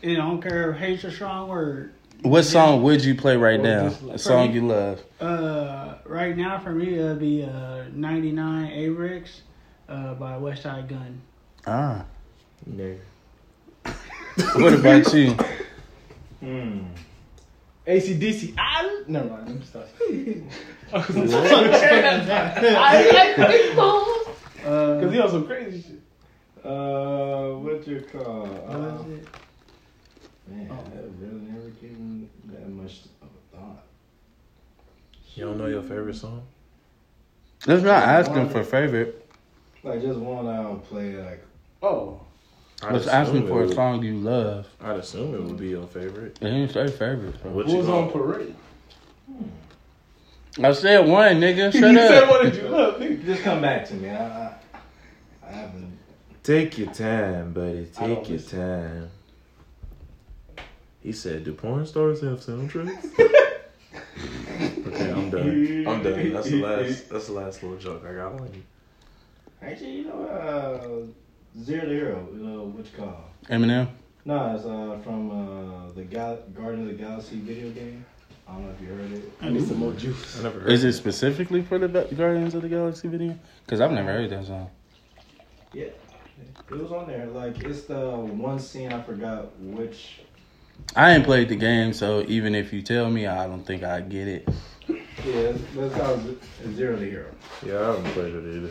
S3: You know, I don't care if hate's a strong word.
S1: What song would you play right now? A
S5: dislike.
S1: song you love.
S3: Uh, right now for me it'd be uh 99 A-Rex uh by West Side Gun.
S1: Ah.
S2: Nigga.
S1: What about you?
S7: Hmm.
S5: ACDC. I never mind. Let me stop.
S3: Uh,
S5: Cause he on some crazy shit.
S4: Uh, what you call?
S3: what
S4: Uh,
S3: was it?
S7: Man, I really never given that much of a thought.
S2: You don't know your favorite song?
S1: Let's not ask him for favorite.
S7: Like just one I would play like
S5: Oh,
S2: I'd
S1: Let's
S2: assume
S1: ask him
S2: it
S1: for a
S2: would-
S1: song you love.
S2: I'd assume it would be your favorite.
S1: They didn't say favorite. bro.
S2: What
S5: who
S2: you
S5: was
S2: gonna-
S5: on parade?
S1: I said one, nigga. Shut
S5: you said
S1: up.
S5: what did you love, nigga?
S7: just come back to me. I I, I haven't
S2: Take your time, buddy.
S5: don't
S2: Take your time. He said, "Do porn stars have soundtracks?" okay, I'm done. I'm done. That's the last. That's the last little joke I got on you.
S4: Actually, you know, uh, Zero to Hero, uh, what you call?
S1: Eminem.
S4: No, it's uh, from uh, the Gal- Guardians of the Galaxy video game. I don't know if you heard it.
S8: I need some more juice.
S2: I never heard
S1: Is it specifically for the Ba- Guardians of the Galaxy video? Because I've never heard that song.
S4: It was on there. Like, it's the one scene I forgot which.
S1: I ain't played the game, so even if you tell me, I don't think I get it.
S4: Yeah, that's how Z- Zero to Hero.
S2: Yeah, I haven't played it either.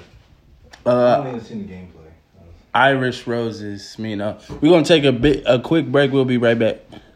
S4: I
S1: Uh,
S4: haven't even seen the gameplay.
S1: Irish Roses, me no. We're gonna take a bit a quick break. We'll be right back.